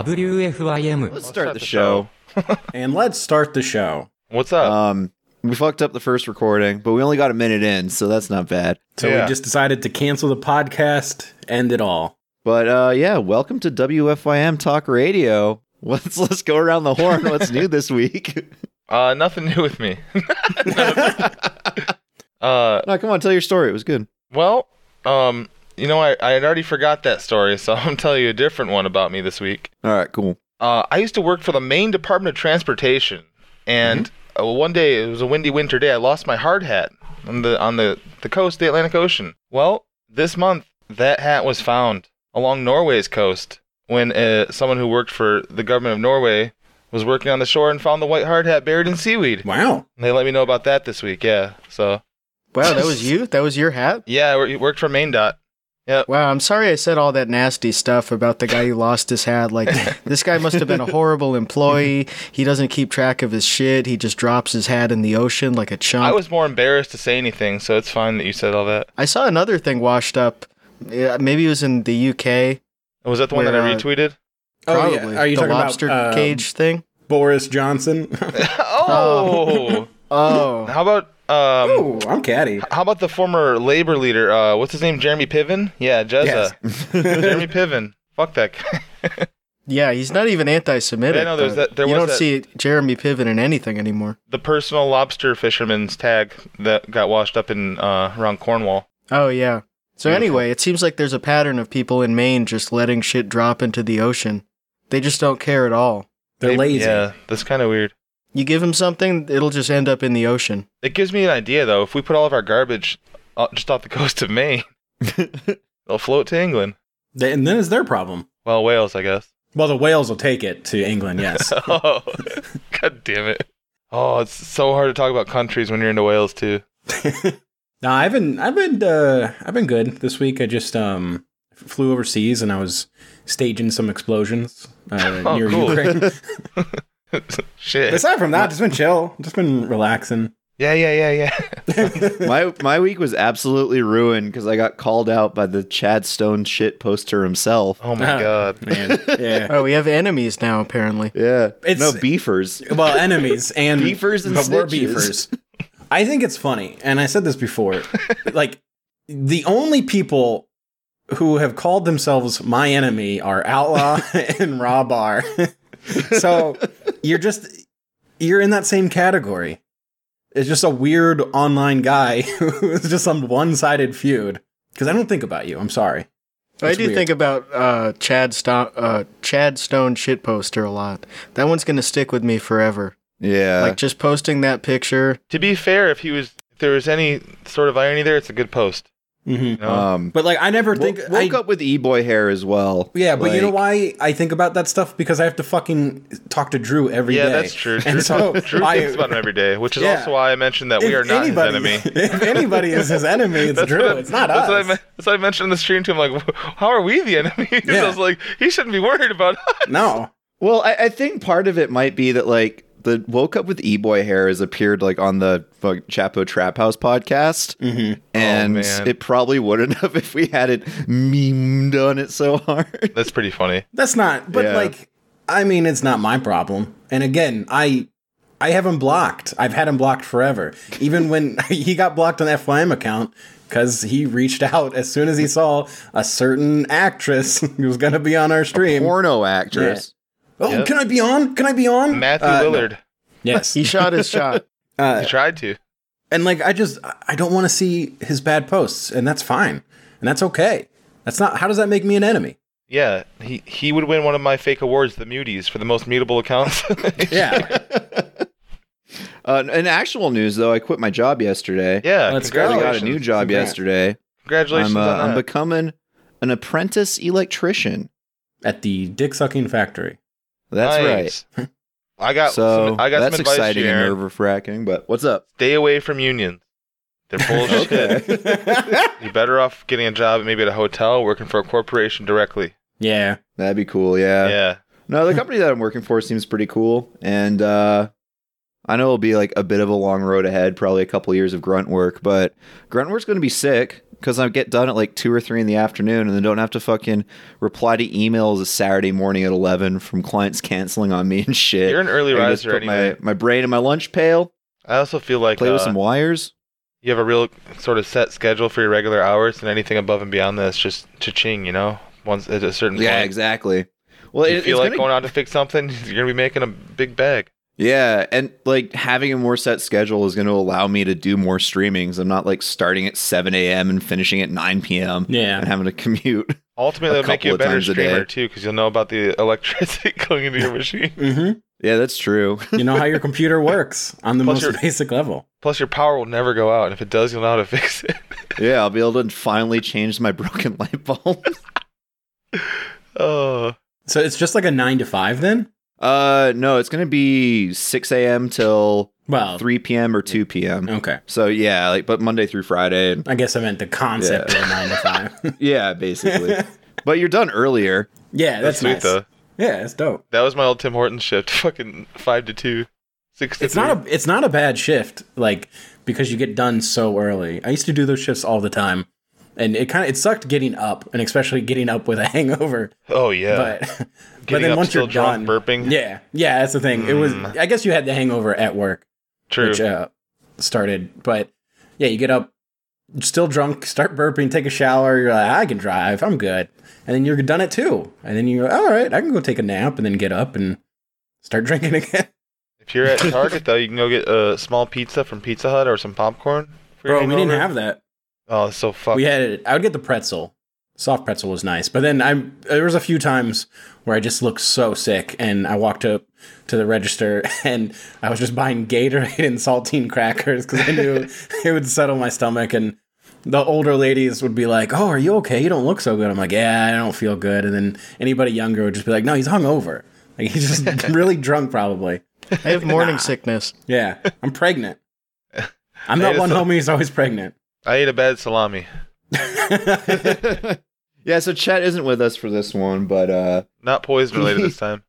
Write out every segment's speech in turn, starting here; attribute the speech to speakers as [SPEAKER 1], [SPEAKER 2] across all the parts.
[SPEAKER 1] WFIM
[SPEAKER 2] Let's start the show.
[SPEAKER 3] And let's start the show.
[SPEAKER 4] What's up?
[SPEAKER 2] Um, we fucked up the first recording, but we only got a minute in, so that's not bad.
[SPEAKER 3] So
[SPEAKER 4] Yeah.
[SPEAKER 3] we just decided to cancel the podcast, end it all.
[SPEAKER 2] But uh, yeah, welcome to WFYM Talk Radio. Let's let's go around the horn. What's new this week?
[SPEAKER 4] Uh, nothing new with me. uh,
[SPEAKER 2] no, come on, tell your story. It was good.
[SPEAKER 4] well, um, you know, I, I had already forgot that story, so I'm telling you a different one about me this week.
[SPEAKER 2] All right, cool.
[SPEAKER 4] Uh, I used to work for the Maine Department of Transportation, and uh, one day it was a windy winter day. I lost my hard hat on the on the the coast, the Atlantic Ocean. Well, this month that hat was found along Norway's coast when uh, someone who worked for the government of Norway was working on the shore and found the white hard hat buried in seaweed.
[SPEAKER 3] Wow.
[SPEAKER 4] They let me know about that this week. Yeah. So
[SPEAKER 5] Wow, that was you? That was your hat?
[SPEAKER 4] yeah, I wor- worked for Maine Dot.
[SPEAKER 5] Wow, I'm sorry I said all that nasty stuff about the guy who lost his hat. Like, this guy must have been a horrible employee. He doesn't keep track of his shit. He just drops his hat in the ocean like a chump.
[SPEAKER 4] I was more embarrassed to say anything, so it's fine that you said all that.
[SPEAKER 5] I saw another thing washed up. Yeah, Maybe it was in the UK.
[SPEAKER 4] Was that the one
[SPEAKER 5] Where,
[SPEAKER 4] that I
[SPEAKER 5] uh,
[SPEAKER 4] retweeted? Oh,
[SPEAKER 5] Probably.
[SPEAKER 3] Are you
[SPEAKER 5] the
[SPEAKER 3] talking
[SPEAKER 5] lobster
[SPEAKER 3] about um,
[SPEAKER 5] cage thing?
[SPEAKER 3] Boris Johnson?
[SPEAKER 4] oh.
[SPEAKER 5] Oh.
[SPEAKER 4] How about um?
[SPEAKER 3] Ooh, I'm catty.
[SPEAKER 4] How about the former labor leader? Uh, what's his name? Jeremy Piven? Yeah, Jezza. Jeremy Piven. Fuck that guy.
[SPEAKER 5] Yeah, he's not even anti Semitic.
[SPEAKER 4] Yeah, I know, there's that- there
[SPEAKER 5] you
[SPEAKER 4] was
[SPEAKER 5] don't
[SPEAKER 4] that-
[SPEAKER 5] see Jeremy Piven in anything anymore.
[SPEAKER 4] the personal lobster fisherman's tag that got washed up in uh, around Cornwall.
[SPEAKER 5] Oh, yeah. So, anyway, it seems like there's a pattern of people in Maine just letting shit drop into the ocean. They just don't care at all.
[SPEAKER 3] They're
[SPEAKER 4] They-
[SPEAKER 3] lazy.
[SPEAKER 4] Yeah, that's kind of weird.
[SPEAKER 5] You give him something, it'll just end up in the ocean.
[SPEAKER 4] It gives me an idea though. If we put all of our garbage uh, just off the coast of Maine, they'll float to England.
[SPEAKER 3] They- and then it's their problem.
[SPEAKER 4] Well, Wales, I guess.
[SPEAKER 3] Well, the whales will take it to England, yes.
[SPEAKER 4] oh, God damn it. Oh, it's so hard to talk about countries when you're into Wales too.
[SPEAKER 3] no, I've been I've been uh I've been good this week. I just um flew overseas and I was staging some explosions uh,
[SPEAKER 4] Oh,
[SPEAKER 3] near
[SPEAKER 4] cool.
[SPEAKER 3] Ukraine.
[SPEAKER 4] Shit.
[SPEAKER 3] Aside from that, just been chill. Just been relaxing.
[SPEAKER 4] yeah, yeah, yeah, yeah.
[SPEAKER 2] My my week was absolutely ruined because I got called out by the Chad Stone shit poster himself.
[SPEAKER 4] Oh my God.
[SPEAKER 3] Man. Yeah.
[SPEAKER 5] Oh, we have enemies now, apparently.
[SPEAKER 2] Yeah,
[SPEAKER 3] It's-
[SPEAKER 2] no beefers.
[SPEAKER 3] well, enemies and
[SPEAKER 2] Beefers and
[SPEAKER 3] but we're
[SPEAKER 2] snitches.
[SPEAKER 3] beefers. I think it's funny, and I said this before. like the only people who have called themselves my enemy are Outlaw and Raw Bar. so you're just you're in that same category. It's just a weird online guy who's just some one-sided feud. Because I don't think about you. I'm sorry.
[SPEAKER 5] I
[SPEAKER 3] That's
[SPEAKER 5] do
[SPEAKER 3] weird.
[SPEAKER 5] think about uh, Chad, Sto- uh, Chad Stone shit poster a lot. That one's going to stick with me forever.
[SPEAKER 3] Uh.
[SPEAKER 2] Yeah,
[SPEAKER 5] like, just posting that picture.
[SPEAKER 4] To be fair, if he was, if there was any sort of irony there, it's a good post.
[SPEAKER 3] Mm-hmm.
[SPEAKER 4] you know?
[SPEAKER 2] um,
[SPEAKER 3] But like, I never
[SPEAKER 2] woke,
[SPEAKER 3] think. I,
[SPEAKER 2] woke up with e boy hair as well.
[SPEAKER 3] Yeah, but you know
[SPEAKER 2] Like-
[SPEAKER 3] why I think about that stuff because I have to fucking talk to Drew every day.
[SPEAKER 4] yeah, that's true. Drew,
[SPEAKER 3] And so
[SPEAKER 4] Drew
[SPEAKER 3] I-
[SPEAKER 4] thinks about him every day, which is
[SPEAKER 3] Yeah.
[SPEAKER 4] also why I mentioned that we
[SPEAKER 3] if
[SPEAKER 4] are not
[SPEAKER 3] anybody,
[SPEAKER 4] his enemy.
[SPEAKER 3] If anybody is his enemy, it's Drew.
[SPEAKER 4] what I-
[SPEAKER 3] it's not
[SPEAKER 4] that's What I,
[SPEAKER 3] us.
[SPEAKER 4] men- that's what I mentioned in the stream to him. Like, how are we the enemy?
[SPEAKER 3] Yeah.
[SPEAKER 4] I was like, he shouldn't be worried about us.
[SPEAKER 3] no.
[SPEAKER 2] Well, I, I think part of it might be that like the woke up with e boy hair has appeared like on the fuck, Chapo Trap House podcast,
[SPEAKER 3] Mhm.
[SPEAKER 2] and
[SPEAKER 4] Mm-hmm. Oh, man.
[SPEAKER 2] it probably wouldn't have if we hadn't memed on it so hard.
[SPEAKER 4] That's pretty funny.
[SPEAKER 3] That's not. But
[SPEAKER 2] Yeah.
[SPEAKER 3] like, I mean, it's not my problem. And again, I. I have him blocked. I've had him blocked forever. Even when he got blocked on the FYM account, because he reached out as soon as he saw a certain actress who was going to be on our stream.
[SPEAKER 2] Porno actress.
[SPEAKER 3] Oh,
[SPEAKER 4] Yep.
[SPEAKER 3] can I be on? Can I be on?
[SPEAKER 4] Matthew
[SPEAKER 3] Uh, no.
[SPEAKER 4] Willard.
[SPEAKER 3] Yes.
[SPEAKER 5] He shot his shot.
[SPEAKER 4] He tried to.
[SPEAKER 3] And like I just I- I don't want to see his bad posts, and that's fine. And that's okay. That's not how does that make me an enemy?
[SPEAKER 4] Yeah, he he would win one of my fake awards, the Muties, for the most mutable accounts.
[SPEAKER 3] Yeah.
[SPEAKER 2] Uh, in actual news, though, I quit my job yesterday.
[SPEAKER 4] yeah,
[SPEAKER 3] Let's go.
[SPEAKER 2] I
[SPEAKER 4] congratulations.
[SPEAKER 2] got a new job
[SPEAKER 3] Congrats.
[SPEAKER 2] yesterday. I'm,
[SPEAKER 4] Congratulations
[SPEAKER 2] uh,
[SPEAKER 4] on that.
[SPEAKER 2] I'm becoming an apprentice electrician.
[SPEAKER 3] At the dick sucking factory.
[SPEAKER 2] That's
[SPEAKER 4] Nice. I
[SPEAKER 2] right.
[SPEAKER 4] got
[SPEAKER 2] So
[SPEAKER 4] some, I got
[SPEAKER 2] that's
[SPEAKER 4] some advice,
[SPEAKER 2] exciting and
[SPEAKER 4] Jared.
[SPEAKER 2] nerve wracking. But what's up?
[SPEAKER 4] Stay away from unions. They're full of shit. You're better off getting a job maybe at a hotel, working for a corporation directly.
[SPEAKER 3] yeah.
[SPEAKER 2] That'd be cool. Yeah.
[SPEAKER 4] yeah.
[SPEAKER 2] No, the company that I'm working for seems pretty cool, and uh, I know it'll be like a bit of a long road ahead, probably a couple years of grunt work, but grunt work's going to be sick because I get done at like two or three in the afternoon and then don't have to fucking reply to emails a Saturday morning at 11 from clients canceling on me and shit.
[SPEAKER 4] You're an early
[SPEAKER 2] I can just
[SPEAKER 4] riser
[SPEAKER 2] put
[SPEAKER 4] anyway.
[SPEAKER 2] My, my brain in my lunch pail,
[SPEAKER 4] I also feel like
[SPEAKER 2] play with
[SPEAKER 4] uh,
[SPEAKER 2] some wires.
[SPEAKER 4] you have a real sort of set schedule for your regular hours, and anything above and beyond that's just cha-ching, you know? Once at a certain
[SPEAKER 2] Yeah,
[SPEAKER 4] point.
[SPEAKER 2] exactly. Well,
[SPEAKER 4] you
[SPEAKER 2] it,
[SPEAKER 4] feel
[SPEAKER 2] it's
[SPEAKER 4] like
[SPEAKER 2] gonna-
[SPEAKER 4] going out to fix something, you're gonna be making a big bag.
[SPEAKER 2] Yeah, and like having a more set schedule is going to allow me to do more streamings. I'm not like starting at 7 a.m. and finishing at 9 p.m.
[SPEAKER 3] Yeah.
[SPEAKER 2] and having to commute.
[SPEAKER 4] Ultimately,
[SPEAKER 2] A
[SPEAKER 4] it'll make
[SPEAKER 2] couple
[SPEAKER 4] you a
[SPEAKER 2] of
[SPEAKER 4] better
[SPEAKER 2] times a day.
[SPEAKER 4] streamer too, because you'll know about the electricity going into your machine.
[SPEAKER 3] Mm-hmm.
[SPEAKER 2] yeah, that's true.
[SPEAKER 3] You know how your computer works on the
[SPEAKER 4] Plus
[SPEAKER 3] most
[SPEAKER 4] your-
[SPEAKER 3] basic level.
[SPEAKER 4] Plus, your power will never go out, and if it does, you'll know how to fix it.
[SPEAKER 2] yeah, I'll be able to finally change my broken light bulb.
[SPEAKER 4] Oh,
[SPEAKER 3] So it's just like a nine to five then?
[SPEAKER 2] uh, no, it's going to be 6 a.m. till
[SPEAKER 3] Well,
[SPEAKER 2] 3 p.m. or 2 p.m.
[SPEAKER 3] okay.
[SPEAKER 2] So yeah, like but Monday through Friday, and
[SPEAKER 3] I guess I meant the concept of a nine to five.
[SPEAKER 2] yeah, basically. but you're done earlier.
[SPEAKER 3] yeah,
[SPEAKER 4] that's,
[SPEAKER 3] that's,
[SPEAKER 4] sweet
[SPEAKER 3] nice.
[SPEAKER 4] though.
[SPEAKER 3] Yeah, that's dope.
[SPEAKER 4] That was my old Tim Hortons shift. Fucking five to two, six to
[SPEAKER 3] It's not a it's not a bad shift, like because you get done so early. I used to do those shifts all the time, and it kind of it sucked getting up, and especially getting up with a hangover.
[SPEAKER 4] A, oh yeah,
[SPEAKER 3] But but
[SPEAKER 4] Getting
[SPEAKER 3] then
[SPEAKER 4] up
[SPEAKER 3] once
[SPEAKER 4] still
[SPEAKER 3] you're
[SPEAKER 4] drunk,
[SPEAKER 3] done,
[SPEAKER 4] burping. Mm.
[SPEAKER 3] yeah, yeah, that's the thing. It was I guess you had the hangover at work,
[SPEAKER 4] true.
[SPEAKER 3] which uh, started. But yeah, you get up, still drunk, start burping, take a shower. You're like, I can drive, I'm good. And then you're done at two, and then you're all right. I can go take a nap, and then get up and start drinking again.
[SPEAKER 4] if you're at Target though, you can go get a small pizza from Pizza Hut or some popcorn. for your
[SPEAKER 3] Bro, we didn't
[SPEAKER 4] hangover.
[SPEAKER 3] have that.
[SPEAKER 4] Oh, it's so fuck.
[SPEAKER 3] We had it. I would get the pretzel. Soft pretzel was nice, but then I am there was a few times where I just looked so sick, and I walked up to the register and I was just buying Gatorade and saltine crackers because I knew it would settle my stomach. And the older ladies would be like, "Oh, are you okay? You don't look so good." I'm like, "Yeah, I don't feel good." And then anybody younger would just be like, "No, he's hungover. Like he's just really drunk, probably."
[SPEAKER 5] I have morning sickness.
[SPEAKER 3] Yeah, I'm pregnant. I'm that
[SPEAKER 4] Hey,
[SPEAKER 3] one
[SPEAKER 4] so-
[SPEAKER 3] homie who's always pregnant.
[SPEAKER 4] I ate a bad salami.
[SPEAKER 2] yeah, so Chet isn't with us for this one, but uh,
[SPEAKER 4] Not poison related this time.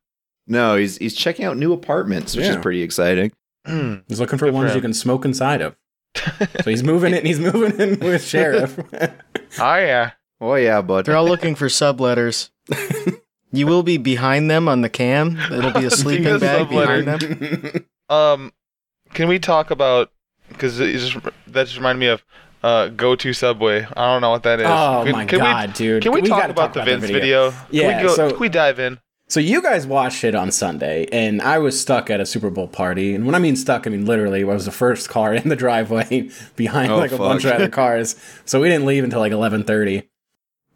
[SPEAKER 2] no, he's he's checking out new apartments, which
[SPEAKER 3] Yeah.
[SPEAKER 2] is pretty exciting.
[SPEAKER 3] He's looking for
[SPEAKER 4] Good for
[SPEAKER 3] ones
[SPEAKER 4] him.
[SPEAKER 3] you can smoke inside of. so he's moving it and he's moving in with Sheriff.
[SPEAKER 4] Oh yeah.
[SPEAKER 2] Oh yeah, bud.
[SPEAKER 5] They're all looking for subletters. You will be behind them on the cam. It'll be a sleeping
[SPEAKER 4] The
[SPEAKER 5] bag behind them.
[SPEAKER 4] Um, can we talk about? Because just that just reminded me of uh, go to Subway. I don't know what that is.
[SPEAKER 3] oh
[SPEAKER 4] Can-
[SPEAKER 3] my
[SPEAKER 4] can we-
[SPEAKER 3] god, dude.
[SPEAKER 4] Can we, talk,
[SPEAKER 3] gotta
[SPEAKER 4] about the Vince video?
[SPEAKER 3] Yeah,
[SPEAKER 4] Can we, go,
[SPEAKER 3] so-
[SPEAKER 4] can we dive in?
[SPEAKER 3] So you guys watched it on Sunday, and I was stuck at a Super Bowl party. And when I mean stuck, I mean literally I was the first car in the driveway behind
[SPEAKER 2] Oh,
[SPEAKER 3] like a
[SPEAKER 2] fuck.
[SPEAKER 3] bunch of other cars. So we didn't leave until like eleven thirty.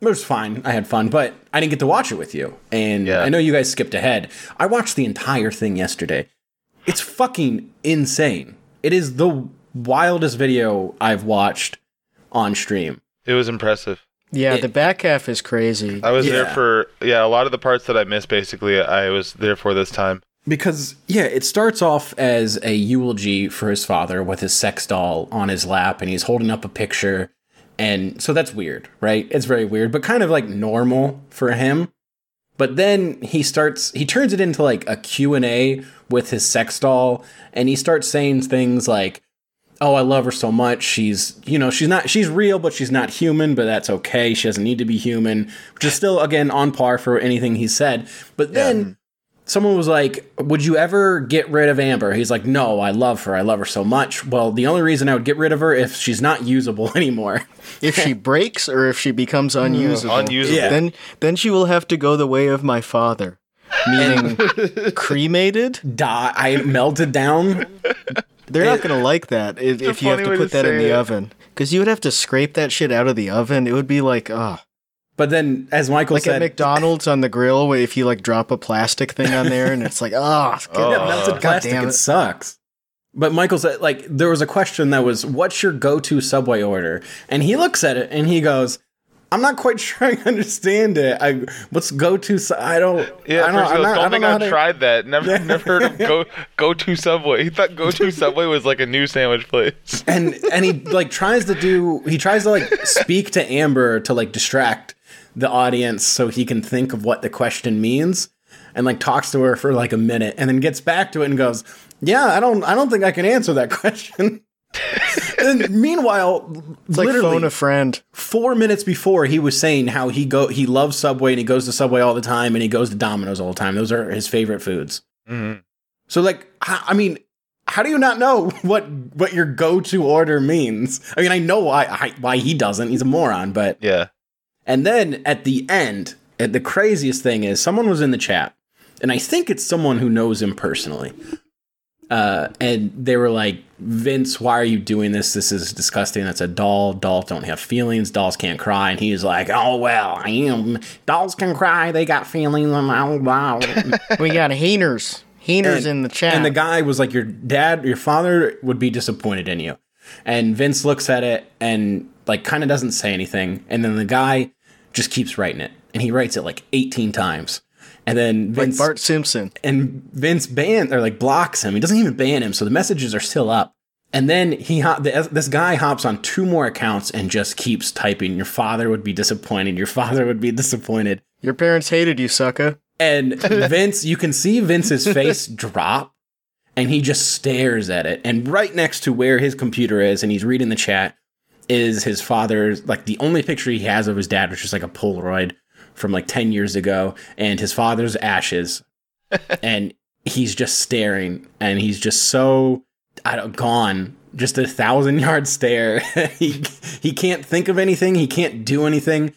[SPEAKER 3] It was fine. I had fun, but I didn't get to watch it with you. And
[SPEAKER 4] Yeah.
[SPEAKER 3] I know you guys skipped ahead. I watched the entire thing yesterday. It's fucking insane. It is the wildest video I've watched on stream.
[SPEAKER 4] It was impressive.
[SPEAKER 5] Yeah,
[SPEAKER 3] It-
[SPEAKER 5] the back half is crazy.
[SPEAKER 4] I was there
[SPEAKER 3] Yeah.
[SPEAKER 4] for yeah a lot of the parts that I missed. Basically, I was there for this time.
[SPEAKER 3] Because yeah, it starts off as a eulogy for his father with his sex doll on his lap and he's holding up a picture and so that's weird, right? It's very weird, but kind of like normal for him. But then he starts he turns it into like a Q&A with his sex doll and he starts saying things like oh i love her so much she's you know she's not she's real but she's not human but that's okay she doesn't need to be human which is still again on par for anything he said but then someone was like would you ever get rid of amber he's like no i love her i love her so much well the only reason i would get rid of her if she's not usable anymore
[SPEAKER 5] If she breaks or if she becomes unusable,
[SPEAKER 4] Mm. Unusable.
[SPEAKER 3] Yeah.
[SPEAKER 5] then then she will have to go the way of my father, meaning cremated.
[SPEAKER 3] die i melted down
[SPEAKER 5] They're not going to like that if, if you have
[SPEAKER 4] Eh. funny
[SPEAKER 5] to
[SPEAKER 4] way
[SPEAKER 5] put
[SPEAKER 4] to
[SPEAKER 5] that in
[SPEAKER 4] say
[SPEAKER 5] the
[SPEAKER 4] it.
[SPEAKER 5] oven. Because you would have to scrape that shit out of the oven. It would be like, ah.
[SPEAKER 3] but then as michael
[SPEAKER 5] Like at
[SPEAKER 3] said
[SPEAKER 5] McDonald's on the grill, where if you like drop a plastic thing on there and it's like, ah,
[SPEAKER 4] Oh.
[SPEAKER 3] Yeah, melted
[SPEAKER 5] God
[SPEAKER 3] plastic.
[SPEAKER 5] damn
[SPEAKER 3] It.
[SPEAKER 5] it.
[SPEAKER 3] sucks. But Michael said, like, there was a question that was, "What's your go-to Subway order?" And he looks at it and he goes, "I'm not quite sure I understand it. I what's go-to? Su- I don't.
[SPEAKER 4] Yeah,
[SPEAKER 3] I
[SPEAKER 4] I
[SPEAKER 3] don't,
[SPEAKER 4] first
[SPEAKER 3] I'm
[SPEAKER 4] goes,
[SPEAKER 3] not,
[SPEAKER 4] don't
[SPEAKER 3] I don't
[SPEAKER 4] think
[SPEAKER 3] know how
[SPEAKER 4] I've
[SPEAKER 3] to-
[SPEAKER 4] tried that. Never, never heard of go go to Subway. He thought go to Subway was like a new sandwich place.
[SPEAKER 3] and and he like tries to do he tries to like speak to Amber to like distract the audience so he can think of what the question means and like talks to her for like a minute and then gets back to it and goes Yeah, I don't. I don't think I can answer that question. and meanwhile,
[SPEAKER 5] It's like
[SPEAKER 3] literally
[SPEAKER 5] phone a friend.
[SPEAKER 3] four minutes before, he was saying how he go he loves Subway and he goes to Subway all the time and he goes to Domino's all the time. Those are his favorite foods.
[SPEAKER 4] Mhm.
[SPEAKER 3] So, like, h- I mean, how do you not know what what your go to order means? I mean, I know why I, why he doesn't. He's a moron, but
[SPEAKER 4] Yeah.
[SPEAKER 3] and then at the end, at the craziest thing is someone was in the chat, and I think it's someone who knows him personally. Uh, and they were like, Vince, why are you doing this? This is disgusting. That's a doll. Dolls don't have feelings. Dolls can't cry. And he's like, oh, well, I am. Dolls can cry. They got feelings. "Oh, and blah, blah, blah."
[SPEAKER 5] We got Heiners. Heiners in the chat.
[SPEAKER 3] And the guy was like, Your dad, your father would be disappointed in you. And Vince looks at it and like kind of doesn't say anything. And then the guy just keeps writing it. And he writes it like 18 times. And then
[SPEAKER 5] like
[SPEAKER 3] Vince
[SPEAKER 5] Bart Simpson.
[SPEAKER 3] and Vince ban or like blocks him. He doesn't even ban him, so the messages are still up. And then he hop, the, this guy hops on two more accounts and just keeps typing. Your father would be disappointed. Your father would be disappointed.
[SPEAKER 5] Your parents hated you, sucker.
[SPEAKER 3] And Vince, you can see Vince's face drop and he just stares at it. And right next to where his computer is and he's reading the chat is his father's like the only picture he has of his dad, which is like a Polaroid from like 10 years ago, and his father's ashes. and he's just staring and he's just so I don't, gone. Just a thousand yard stare. he, he can't think of anything. He can't do anything.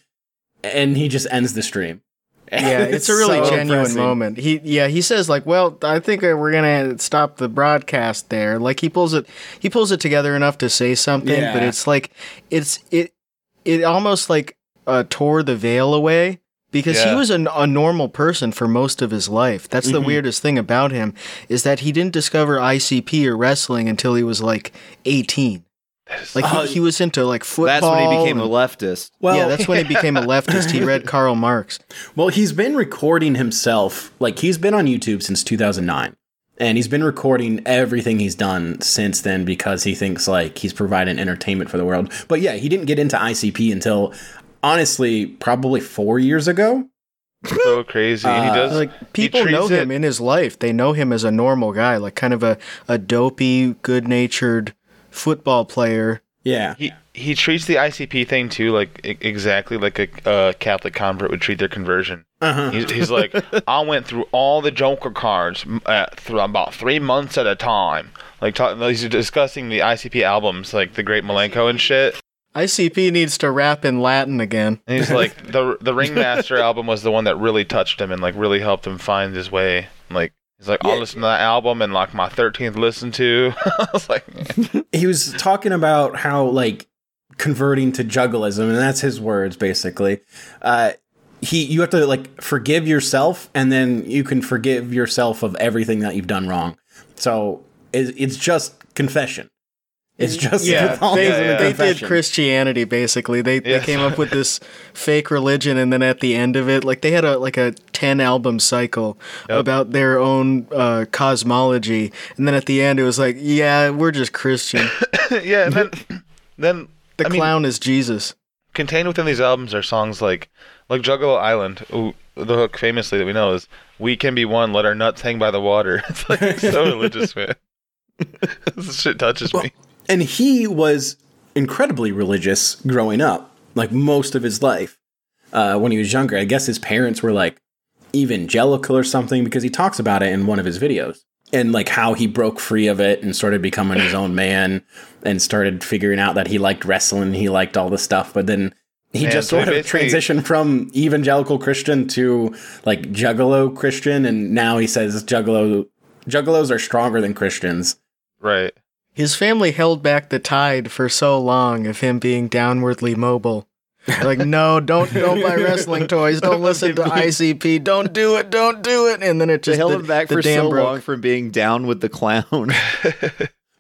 [SPEAKER 3] And he just ends the stream.
[SPEAKER 5] Yeah, it's, a really
[SPEAKER 3] so
[SPEAKER 5] genuine
[SPEAKER 3] depressing.
[SPEAKER 5] moment. He yeah, he says like, "Well, I think uh, we're going to stop the broadcast there." Like he pulls it he pulls it together enough to say something, but
[SPEAKER 3] Yeah.
[SPEAKER 5] it's like it's it it almost like uh, tore the veil away because he
[SPEAKER 4] Yeah.
[SPEAKER 5] was a, a normal person for most of his life. That's the
[SPEAKER 3] Mhm.
[SPEAKER 5] weirdest thing about him is that he didn't discover ICP or wrestling until he was like 18. Like he,
[SPEAKER 3] Oh,
[SPEAKER 5] he was into like football.
[SPEAKER 2] That's when he became
[SPEAKER 5] and-
[SPEAKER 2] a leftist.
[SPEAKER 3] Well,
[SPEAKER 5] yeah, that's when he became a leftist. He read Karl Marx.
[SPEAKER 3] well, he's been recording himself. Like he's been on YouTube since 2009, and he's been recording everything he's done since then because he thinks like he's providing entertainment for the world. But yeah, he didn't get into ICP until honestly probably four years ago.
[SPEAKER 4] So crazy. and
[SPEAKER 3] Uh,
[SPEAKER 4] he does.
[SPEAKER 5] Like people
[SPEAKER 4] treats
[SPEAKER 5] know
[SPEAKER 4] it-
[SPEAKER 5] him in his life. They know him as a normal guy, like kind of a, a dopey, good natured football player.
[SPEAKER 3] Yeah,
[SPEAKER 4] He he treats the ICP thing too, like e- exactly like a uh, Catholic convert would treat their conversion.
[SPEAKER 3] uh-huh.
[SPEAKER 4] He's, he's like, I went through all the Joker cards m- uh, through about three months at a time. Like, talk, he's discussing the ICP albums, like the Great Malenko and shit.
[SPEAKER 5] ICP needs to rap in Latin again.
[SPEAKER 4] And he's like, the the Ringmaster album was the one that really touched him and like really helped him find his way. Like, he's like, I'll
[SPEAKER 3] Yeah.
[SPEAKER 4] listen to that album and like my thirteenth listen to. I was like,
[SPEAKER 3] he was talking about how like converting to juggalism and that's his words basically uh he you have to like forgive yourself and then you can forgive yourself of everything that you've done wrong so it, it's just confession it's just
[SPEAKER 5] Mm-hmm. they,
[SPEAKER 3] Catholicism and
[SPEAKER 4] Oh, yeah.
[SPEAKER 5] they did
[SPEAKER 3] confession.
[SPEAKER 5] Christianity basically. They
[SPEAKER 4] Yes.
[SPEAKER 5] they came up with this fake religion, and then at the end of it, like they had a like a ten album cycle about their own uh, cosmology, and then at the end it was like, yeah, we're just Christian.
[SPEAKER 4] yeah, and then then
[SPEAKER 5] The
[SPEAKER 4] I mean,
[SPEAKER 5] clown is Jesus.
[SPEAKER 4] contained within these albums are songs like like Juggalo Island. Ooh, the hook famously that we know is "We can be one, let our nuts hang by the water." It's like it's so religious, man. this shit touches me.
[SPEAKER 3] and he was incredibly religious growing up, like most of his life. Uh, when he was younger, I guess his parents were like evangelical or something because he talks about it in one of his videos and like how he broke free of it and started becoming his own man and started figuring out that he liked wrestling, he liked all this stuff, but then he
[SPEAKER 4] Man,
[SPEAKER 3] just
[SPEAKER 4] so
[SPEAKER 3] sort of
[SPEAKER 4] basically-
[SPEAKER 3] transitioned from evangelical Christian to like juggalo Christian, and now he says juggalo juggalos are stronger than Christians.
[SPEAKER 4] Right.
[SPEAKER 5] His family held back the tide for so long of him being downwardly mobile. Like, no, don't don't buy wrestling toys. Don't listen to ICP. Don't do it. Don't do it. And then it
[SPEAKER 2] They
[SPEAKER 5] just
[SPEAKER 2] held him back
[SPEAKER 5] the
[SPEAKER 2] for
[SPEAKER 5] dam
[SPEAKER 2] so
[SPEAKER 5] broke.
[SPEAKER 2] long from being down with the clown.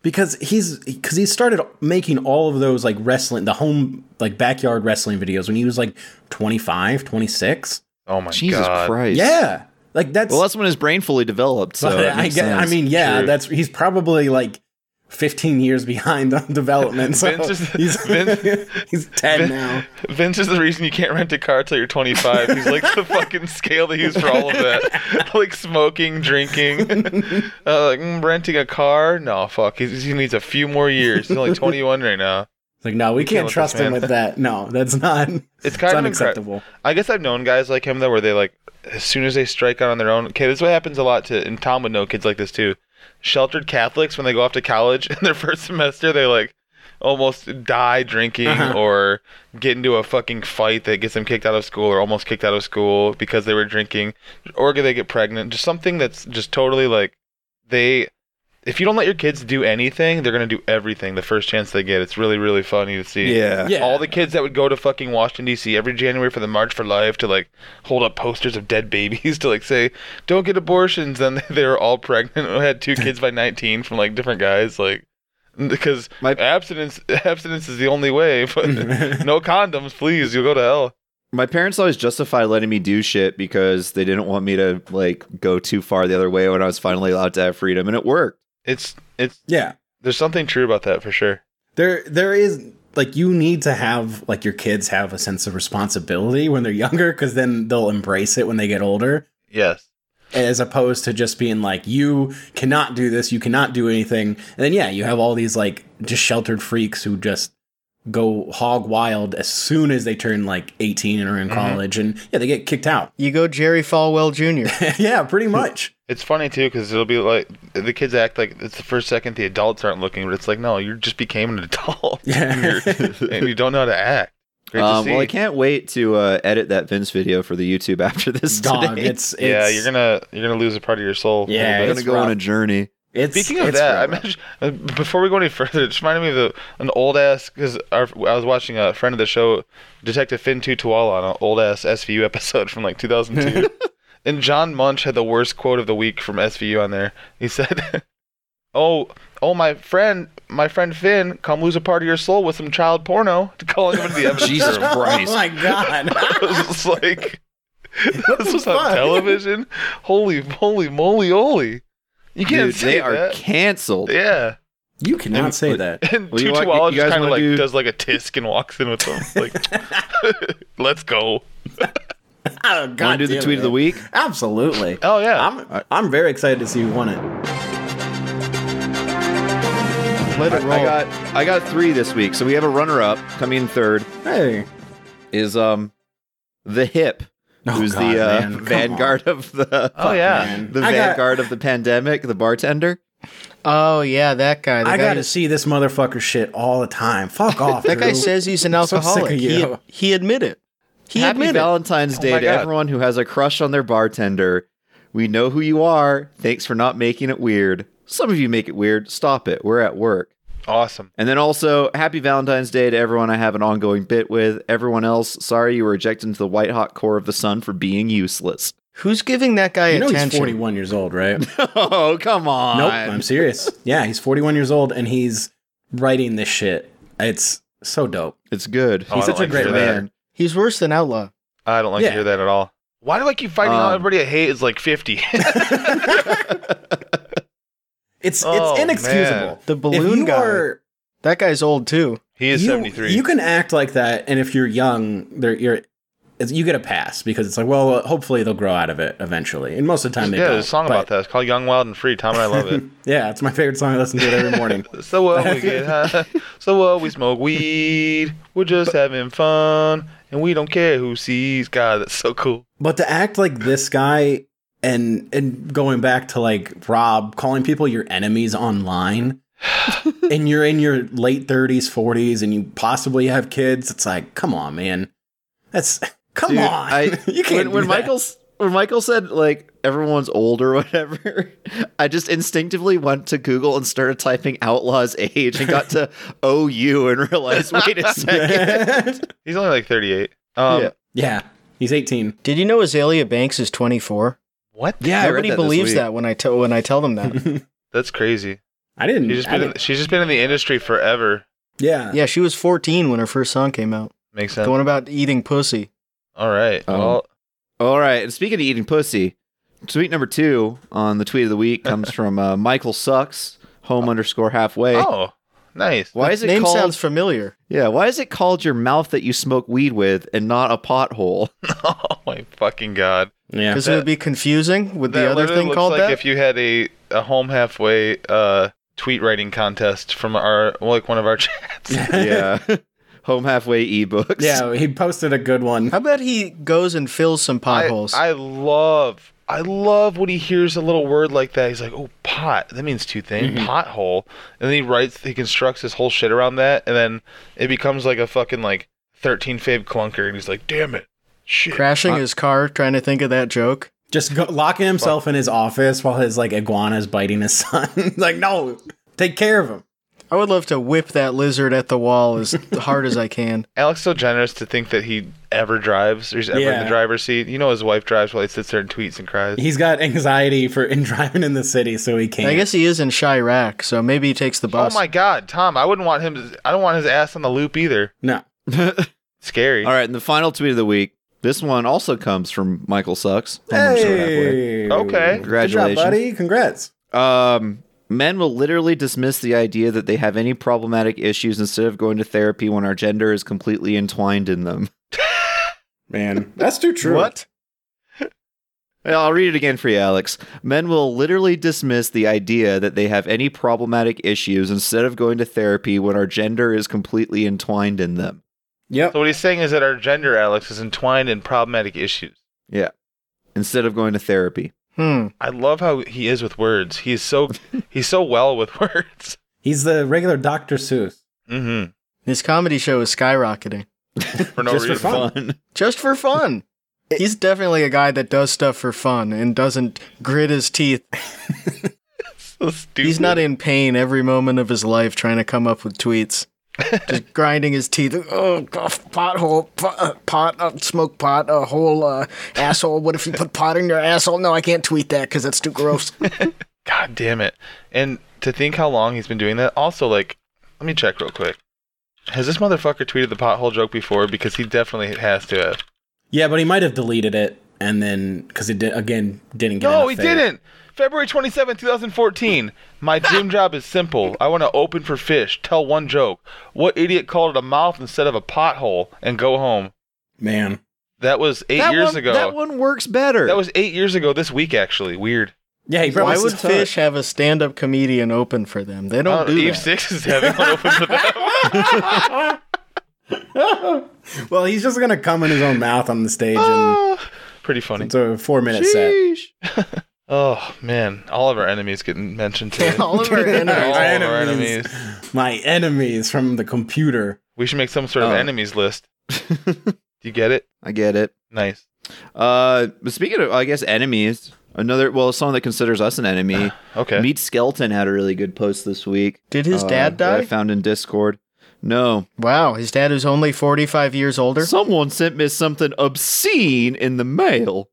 [SPEAKER 3] because he's because he started making all of those like wrestling the home like backyard wrestling videos when he was like 25 26
[SPEAKER 4] Oh my
[SPEAKER 2] Jesus
[SPEAKER 4] god.
[SPEAKER 2] Christ.
[SPEAKER 3] yeah like that's
[SPEAKER 2] Well, that's when his brain fully developed. So
[SPEAKER 3] but
[SPEAKER 2] that
[SPEAKER 3] I,
[SPEAKER 2] makes
[SPEAKER 3] get, I
[SPEAKER 2] sense.
[SPEAKER 3] mean yeah
[SPEAKER 4] True.
[SPEAKER 3] that's he's probably like 15 years behind on development. So
[SPEAKER 4] Vince is-
[SPEAKER 3] he's,
[SPEAKER 4] Vince-
[SPEAKER 3] he's 10
[SPEAKER 4] Vin-
[SPEAKER 3] now.
[SPEAKER 4] Vince is the reason you can't rent a car till you're 25. He's like the fucking scale they use for all of that, like smoking, drinking, uh, like, mm, renting a car. No, fuck. He's, he needs a few more years. He's only 21 right now.
[SPEAKER 3] It's like, no, we can't
[SPEAKER 4] with this
[SPEAKER 3] trust him
[SPEAKER 4] man.
[SPEAKER 3] with that. No, that's not.
[SPEAKER 4] It's
[SPEAKER 3] It's
[SPEAKER 4] kind of incredible.
[SPEAKER 3] unacceptable.
[SPEAKER 4] I guess I've known guys like him though, where they like as soon as they strike out on their own. Okay, this is what happens a lot to, and Tom would know kids like this too. Sheltered Catholics when they go off to college in their first semester, they like almost die drinking
[SPEAKER 3] Uh-huh.
[SPEAKER 4] or get into a fucking fight that gets them kicked out of school or almost kicked out of school because they were drinking, or they get pregnant. Just something that's just totally like they. If you don't let your kids do anything, they're gonna do everything the first chance they get. It's really, really funny to see.
[SPEAKER 2] Yeah.
[SPEAKER 3] Yeah.
[SPEAKER 4] All the kids that would go to fucking Washington D.C. every January for the March for Life to like hold up posters of dead babies to like say don't get abortions. Then they were all pregnant. I had two kids by nineteen from like different guys. Like because
[SPEAKER 2] My-
[SPEAKER 4] abstinence abstinence is the only way. But no condoms, please. You'll go to hell.
[SPEAKER 2] My parents always justified letting me do shit because they didn't want me to like go too far the other way when I was finally allowed to have freedom, and it worked.
[SPEAKER 4] It's it's
[SPEAKER 3] Yeah.
[SPEAKER 4] there's something true about that for sure.
[SPEAKER 3] There, there is like you need to have like your kids have a sense of responsibility when they're younger because then they'll embrace it when they get older
[SPEAKER 4] Yes.
[SPEAKER 3] as opposed to just being like you cannot do this you cannot do anything and then yeah you have all these like just sheltered freaks who just go hog wild as soon as they turn like 18 and are in college and yeah they get kicked out
[SPEAKER 5] You go Jerry Falwell Jr.
[SPEAKER 3] yeah pretty much
[SPEAKER 4] It's funny too because it'll be like the kids act like it's the first second the adults aren't looking, but it's like no, you just became an adult.
[SPEAKER 3] Yeah.
[SPEAKER 4] You're- and you don't know how to act. Great to
[SPEAKER 2] Um,
[SPEAKER 4] see.
[SPEAKER 2] well, I can't wait to uh, edit that Vince video for the YouTube after this.
[SPEAKER 3] dog
[SPEAKER 2] today.
[SPEAKER 3] it's, it's
[SPEAKER 4] yeah, you're gonna you're gonna lose a part of your soul. a
[SPEAKER 3] Yeah,
[SPEAKER 2] I'm
[SPEAKER 4] little bit.
[SPEAKER 2] gonna
[SPEAKER 3] it's
[SPEAKER 2] go on a
[SPEAKER 3] rough.
[SPEAKER 2] journey.
[SPEAKER 3] it's
[SPEAKER 4] Speaking of
[SPEAKER 3] it's
[SPEAKER 4] that,
[SPEAKER 3] rough.
[SPEAKER 4] I mentioned, before we go any further, it just reminded me of the, an old ass because I was watching a friend of the show, Detective Finn Tutuola, on an old ass SVU episode from like 2002, and John Munch had the worst quote of the week from SVU on there. He said, "Oh, oh my friend, my friend Finn, come lose a part of your soul with some child porno." Calling him into the evidence
[SPEAKER 2] Jesus
[SPEAKER 4] room.
[SPEAKER 2] Christ!
[SPEAKER 3] oh my god
[SPEAKER 4] I was just like, this
[SPEAKER 3] the
[SPEAKER 4] was on
[SPEAKER 3] fuck?
[SPEAKER 4] television. Holy, holy, moly, holy! You can't
[SPEAKER 2] Dude,
[SPEAKER 4] say
[SPEAKER 2] they are
[SPEAKER 4] that.
[SPEAKER 2] canceled.
[SPEAKER 4] Yeah,
[SPEAKER 3] you cannot say that
[SPEAKER 4] and
[SPEAKER 2] Well, you
[SPEAKER 4] Tutuola
[SPEAKER 2] want- you
[SPEAKER 4] just
[SPEAKER 2] guys
[SPEAKER 4] kind of
[SPEAKER 2] wanna
[SPEAKER 4] like
[SPEAKER 2] do-
[SPEAKER 4] does like a tisk and walks in with them. Like, let's go.
[SPEAKER 3] oh
[SPEAKER 2] Want
[SPEAKER 3] god
[SPEAKER 2] to do the
[SPEAKER 3] damn
[SPEAKER 2] tweet
[SPEAKER 3] it.
[SPEAKER 2] of the week?
[SPEAKER 3] absolutely
[SPEAKER 4] Oh yeah,
[SPEAKER 3] I'm I'm very excited to see who won it.
[SPEAKER 5] Let
[SPEAKER 2] I,
[SPEAKER 5] it roll.
[SPEAKER 2] I got I got three this week. So we have a runner up coming in third
[SPEAKER 3] Hey,
[SPEAKER 2] is um the hip,
[SPEAKER 3] Oh,
[SPEAKER 2] who's
[SPEAKER 3] God,
[SPEAKER 2] the uh,
[SPEAKER 3] man. Come
[SPEAKER 2] vanguard of the
[SPEAKER 4] oh yeah.
[SPEAKER 3] man.
[SPEAKER 2] the
[SPEAKER 3] I got-
[SPEAKER 2] vanguard of the pandemic, the bartender.
[SPEAKER 5] oh yeah, that guy. The
[SPEAKER 3] I
[SPEAKER 5] guy
[SPEAKER 3] got to
[SPEAKER 5] who-
[SPEAKER 3] see this motherfucker shit all the time. Fuck off.
[SPEAKER 5] That guy
[SPEAKER 3] Drew.
[SPEAKER 5] says he's an
[SPEAKER 3] I'm so sick
[SPEAKER 5] alcoholic.
[SPEAKER 3] of
[SPEAKER 5] he,
[SPEAKER 3] you.
[SPEAKER 5] he admit it. He
[SPEAKER 2] Happy
[SPEAKER 5] admit it.
[SPEAKER 2] Valentine's Day
[SPEAKER 4] Oh my
[SPEAKER 2] to
[SPEAKER 4] God.
[SPEAKER 2] everyone who has a crush on their bartender. We know who you are. Thanks for not making it weird. Some of you make it weird. Stop it. We're at work.
[SPEAKER 4] awesome.
[SPEAKER 2] And then also, happy Valentine's Day to everyone I have an ongoing bit with. Everyone else, sorry you were ejected into the white hot core of the sun for being useless.
[SPEAKER 5] Who's giving that guy
[SPEAKER 3] You know
[SPEAKER 5] attention?
[SPEAKER 3] he's 41 years old, right?
[SPEAKER 2] Oh, come on.
[SPEAKER 3] nope,
[SPEAKER 4] Uh,
[SPEAKER 3] I'm serious. Yeah, he's 41 years old and he's writing this shit. It's so dope.
[SPEAKER 2] It's good.
[SPEAKER 4] Oh, I
[SPEAKER 2] He's such
[SPEAKER 4] don't
[SPEAKER 2] a
[SPEAKER 4] like to
[SPEAKER 2] great
[SPEAKER 4] hear that.
[SPEAKER 2] man.
[SPEAKER 5] He's worse than outlaw.
[SPEAKER 4] I don't like
[SPEAKER 3] Yeah.
[SPEAKER 4] to hear that at all. Why do I keep finding out
[SPEAKER 2] Um,
[SPEAKER 4] everybody I hate is like 50?
[SPEAKER 3] It's
[SPEAKER 4] Oh,
[SPEAKER 3] it's
[SPEAKER 4] man.
[SPEAKER 3] inexcusable.
[SPEAKER 5] The
[SPEAKER 3] if
[SPEAKER 5] balloon
[SPEAKER 3] you
[SPEAKER 5] guy.
[SPEAKER 3] Are,
[SPEAKER 5] That guy's old too.
[SPEAKER 4] he is
[SPEAKER 3] you,
[SPEAKER 4] 73.
[SPEAKER 3] You can act like that, and if you're young, there you're. It's, you get a pass because it's like, well, uh, hopefully they'll grow out of it eventually. And most of the time, they
[SPEAKER 4] yeah,
[SPEAKER 3] don't.
[SPEAKER 4] there's a song about
[SPEAKER 3] but-
[SPEAKER 4] that. It's called Young, Wild, and Free. Tom and I love it.
[SPEAKER 3] Yeah, it's my favorite song. I listen to it every morning.
[SPEAKER 4] So what we get high, so what we smoke weed. We're just having fun, and we don't care who sees. God, that's so cool.
[SPEAKER 3] But to act like this guy and and going back to like Rob calling people your enemies online and you're in your late 30s, 40s and you possibly have kids, it's like, come on, man. That's come
[SPEAKER 2] Dude,
[SPEAKER 3] on.
[SPEAKER 2] I,
[SPEAKER 3] you can't
[SPEAKER 2] When, when
[SPEAKER 3] do that.
[SPEAKER 2] Michael's when Michael said like everyone's old or whatever, I just instinctively went to Google and started typing outlaw's age and got to OU and realized wait a second.
[SPEAKER 4] He's only like 38. Um,
[SPEAKER 2] Yeah.
[SPEAKER 3] Yeah. He's 18.
[SPEAKER 5] Did you know Azalea Banks is 24?
[SPEAKER 4] What?
[SPEAKER 2] Yeah,
[SPEAKER 5] Everybody believes that when I tell when I tell them that.
[SPEAKER 4] That's crazy.
[SPEAKER 3] I didn't.
[SPEAKER 4] She's just
[SPEAKER 3] I
[SPEAKER 4] been in,
[SPEAKER 3] didn't-
[SPEAKER 4] she's just been in the industry forever.
[SPEAKER 3] yeah.
[SPEAKER 5] yeah, she was 14 when her first song came out.
[SPEAKER 4] Makes
[SPEAKER 5] The
[SPEAKER 4] sense.
[SPEAKER 5] one about eating pussy.
[SPEAKER 4] All right.
[SPEAKER 2] Um,
[SPEAKER 4] well,
[SPEAKER 2] All right, and speaking of eating pussy, tweet number two on the tweet of the week comes from uh, Michael Sucks home underscore halfway.
[SPEAKER 4] Oh, nice.
[SPEAKER 2] why is it
[SPEAKER 5] Name
[SPEAKER 2] called?
[SPEAKER 5] sounds familiar.
[SPEAKER 2] yeah, why is it called your mouth that you smoke weed with and not a pothole?
[SPEAKER 4] Oh my fucking god.
[SPEAKER 3] Yeah.
[SPEAKER 5] Because it would be confusing with the
[SPEAKER 4] That
[SPEAKER 5] other
[SPEAKER 4] literally
[SPEAKER 5] thing
[SPEAKER 4] looks
[SPEAKER 5] called
[SPEAKER 4] like
[SPEAKER 5] that.
[SPEAKER 4] if you had a, a home halfway uh, tweet writing contest from our like one of our chats.
[SPEAKER 2] yeah, home halfway ebooks.
[SPEAKER 3] Yeah, he posted a good one.
[SPEAKER 5] How about he goes and fills some
[SPEAKER 4] I,
[SPEAKER 5] potholes?
[SPEAKER 4] I love I love when he hears a little word like that. He's like, "Oh, pot. That means two things.
[SPEAKER 5] Mm-hmm.
[SPEAKER 4] Pothole." And then he writes, he constructs his whole shit around that, and then it becomes like a fucking like thirteen fave clunker. And he's like, "Damn it, shit."
[SPEAKER 5] Crashing his car, trying to think of that joke.
[SPEAKER 3] Just go, locking himself in his office while his like iguana is biting his son. like, no, take care of him.
[SPEAKER 5] I would love to whip that lizard at the wall as hard as I can.
[SPEAKER 4] Alex is so generous to think that he ever drives. Or he's ever in
[SPEAKER 3] Yeah.
[SPEAKER 4] the driver's seat. You know, his wife drives while he sits there and tweets and cries.
[SPEAKER 3] He's got anxiety for in driving in the city, so he can't.
[SPEAKER 5] I guess he is in Chirac, so maybe he takes the
[SPEAKER 4] Oh
[SPEAKER 5] bus.
[SPEAKER 4] my god, Tom! I wouldn't want him. To, I don't want his ass on the loop either.
[SPEAKER 3] no.
[SPEAKER 4] Scary.
[SPEAKER 2] All right, and the final tweet of the week. This one also comes from Michael Sucks. home underscore halfway.
[SPEAKER 3] Hey.
[SPEAKER 4] Okay.
[SPEAKER 3] Good job,
[SPEAKER 2] Congratulations.
[SPEAKER 3] buddy. Congrats.
[SPEAKER 2] Um, men will literally dismiss the idea that they have any problematic issues instead of going to therapy when our gender is completely entwined in them.
[SPEAKER 3] Man, that's too true.
[SPEAKER 5] What?
[SPEAKER 2] Well, I'll read it again for you, Alex. Men will literally dismiss the idea that they have any problematic issues instead of going to therapy when our gender is completely entwined in them.
[SPEAKER 3] Yep.
[SPEAKER 4] So what he's saying is that our gender, Alex, is entwined in problematic issues.
[SPEAKER 2] Yeah. Instead of going to therapy.
[SPEAKER 5] Hmm.
[SPEAKER 4] I love how he is with words. He's so he's so well with words.
[SPEAKER 3] He's the regular Dr. Seuss.
[SPEAKER 4] hmm
[SPEAKER 5] His comedy show is skyrocketing.
[SPEAKER 4] For no
[SPEAKER 3] Just for
[SPEAKER 4] reason.
[SPEAKER 3] fun.
[SPEAKER 2] Fun.
[SPEAKER 5] Just for fun. He's definitely a guy that does stuff for fun and doesn't grit his teeth.
[SPEAKER 4] So stupid.
[SPEAKER 5] He's not in pain every moment of his life trying to come up with tweets. Just grinding his teeth. Oh, gosh, pothole, pot, uh, pot uh, smoke pot, a whole uh, asshole. What if you put pot in your asshole? No, I can't tweet that because that's too gross.
[SPEAKER 4] God damn it! And to think how long he's been doing that. Also, like, let me check real quick. Has this motherfucker tweeted the pothole joke before? Because he definitely has to have.
[SPEAKER 3] Yeah, but he might have deleted it and then because it did again didn't get.
[SPEAKER 4] No,
[SPEAKER 3] enough
[SPEAKER 4] he
[SPEAKER 3] favor.
[SPEAKER 4] didn't. February twenty seventh, 2014. My dream job is simple. I want to open for fish, tell one joke. What idiot called it a mouth instead of a pothole and go home?
[SPEAKER 3] Man,
[SPEAKER 4] That was eight
[SPEAKER 2] That
[SPEAKER 4] years
[SPEAKER 2] one-
[SPEAKER 4] ago.
[SPEAKER 2] That one works better.
[SPEAKER 4] That was eight years ago this week, actually. Weird.
[SPEAKER 3] yeah, he probably
[SPEAKER 5] Why would
[SPEAKER 3] still-
[SPEAKER 5] Fish have a stand up comedian open for them? They don't
[SPEAKER 4] Uh,
[SPEAKER 5] do
[SPEAKER 4] Eve
[SPEAKER 5] that.
[SPEAKER 4] Six is having one open for them.
[SPEAKER 3] Well, he's just gonna come in his own mouth on the stage, and
[SPEAKER 4] Pretty funny.
[SPEAKER 3] it's
[SPEAKER 5] Oh,
[SPEAKER 3] a four-minute set.
[SPEAKER 2] Sheesh.
[SPEAKER 4] Oh man, all of our enemies getting mentioned today. all
[SPEAKER 5] All of our enemies.
[SPEAKER 4] of our
[SPEAKER 3] enemies.
[SPEAKER 4] enemies.
[SPEAKER 3] My enemies from the computer.
[SPEAKER 4] We should make some sort of
[SPEAKER 2] Oh.
[SPEAKER 4] enemies list. Do you get it?
[SPEAKER 2] I get it.
[SPEAKER 4] Nice.
[SPEAKER 2] Uh, but speaking of, I guess enemies. Another well, someone that considers us an enemy.
[SPEAKER 4] Okay.
[SPEAKER 2] Meet Skeleton had a really good post this week.
[SPEAKER 5] Did his
[SPEAKER 2] uh,
[SPEAKER 5] dad
[SPEAKER 2] that I
[SPEAKER 5] die?
[SPEAKER 2] found in Discord. No,
[SPEAKER 5] Wow, his dad is only 45 years older.
[SPEAKER 2] someone sent me something obscene in the mail.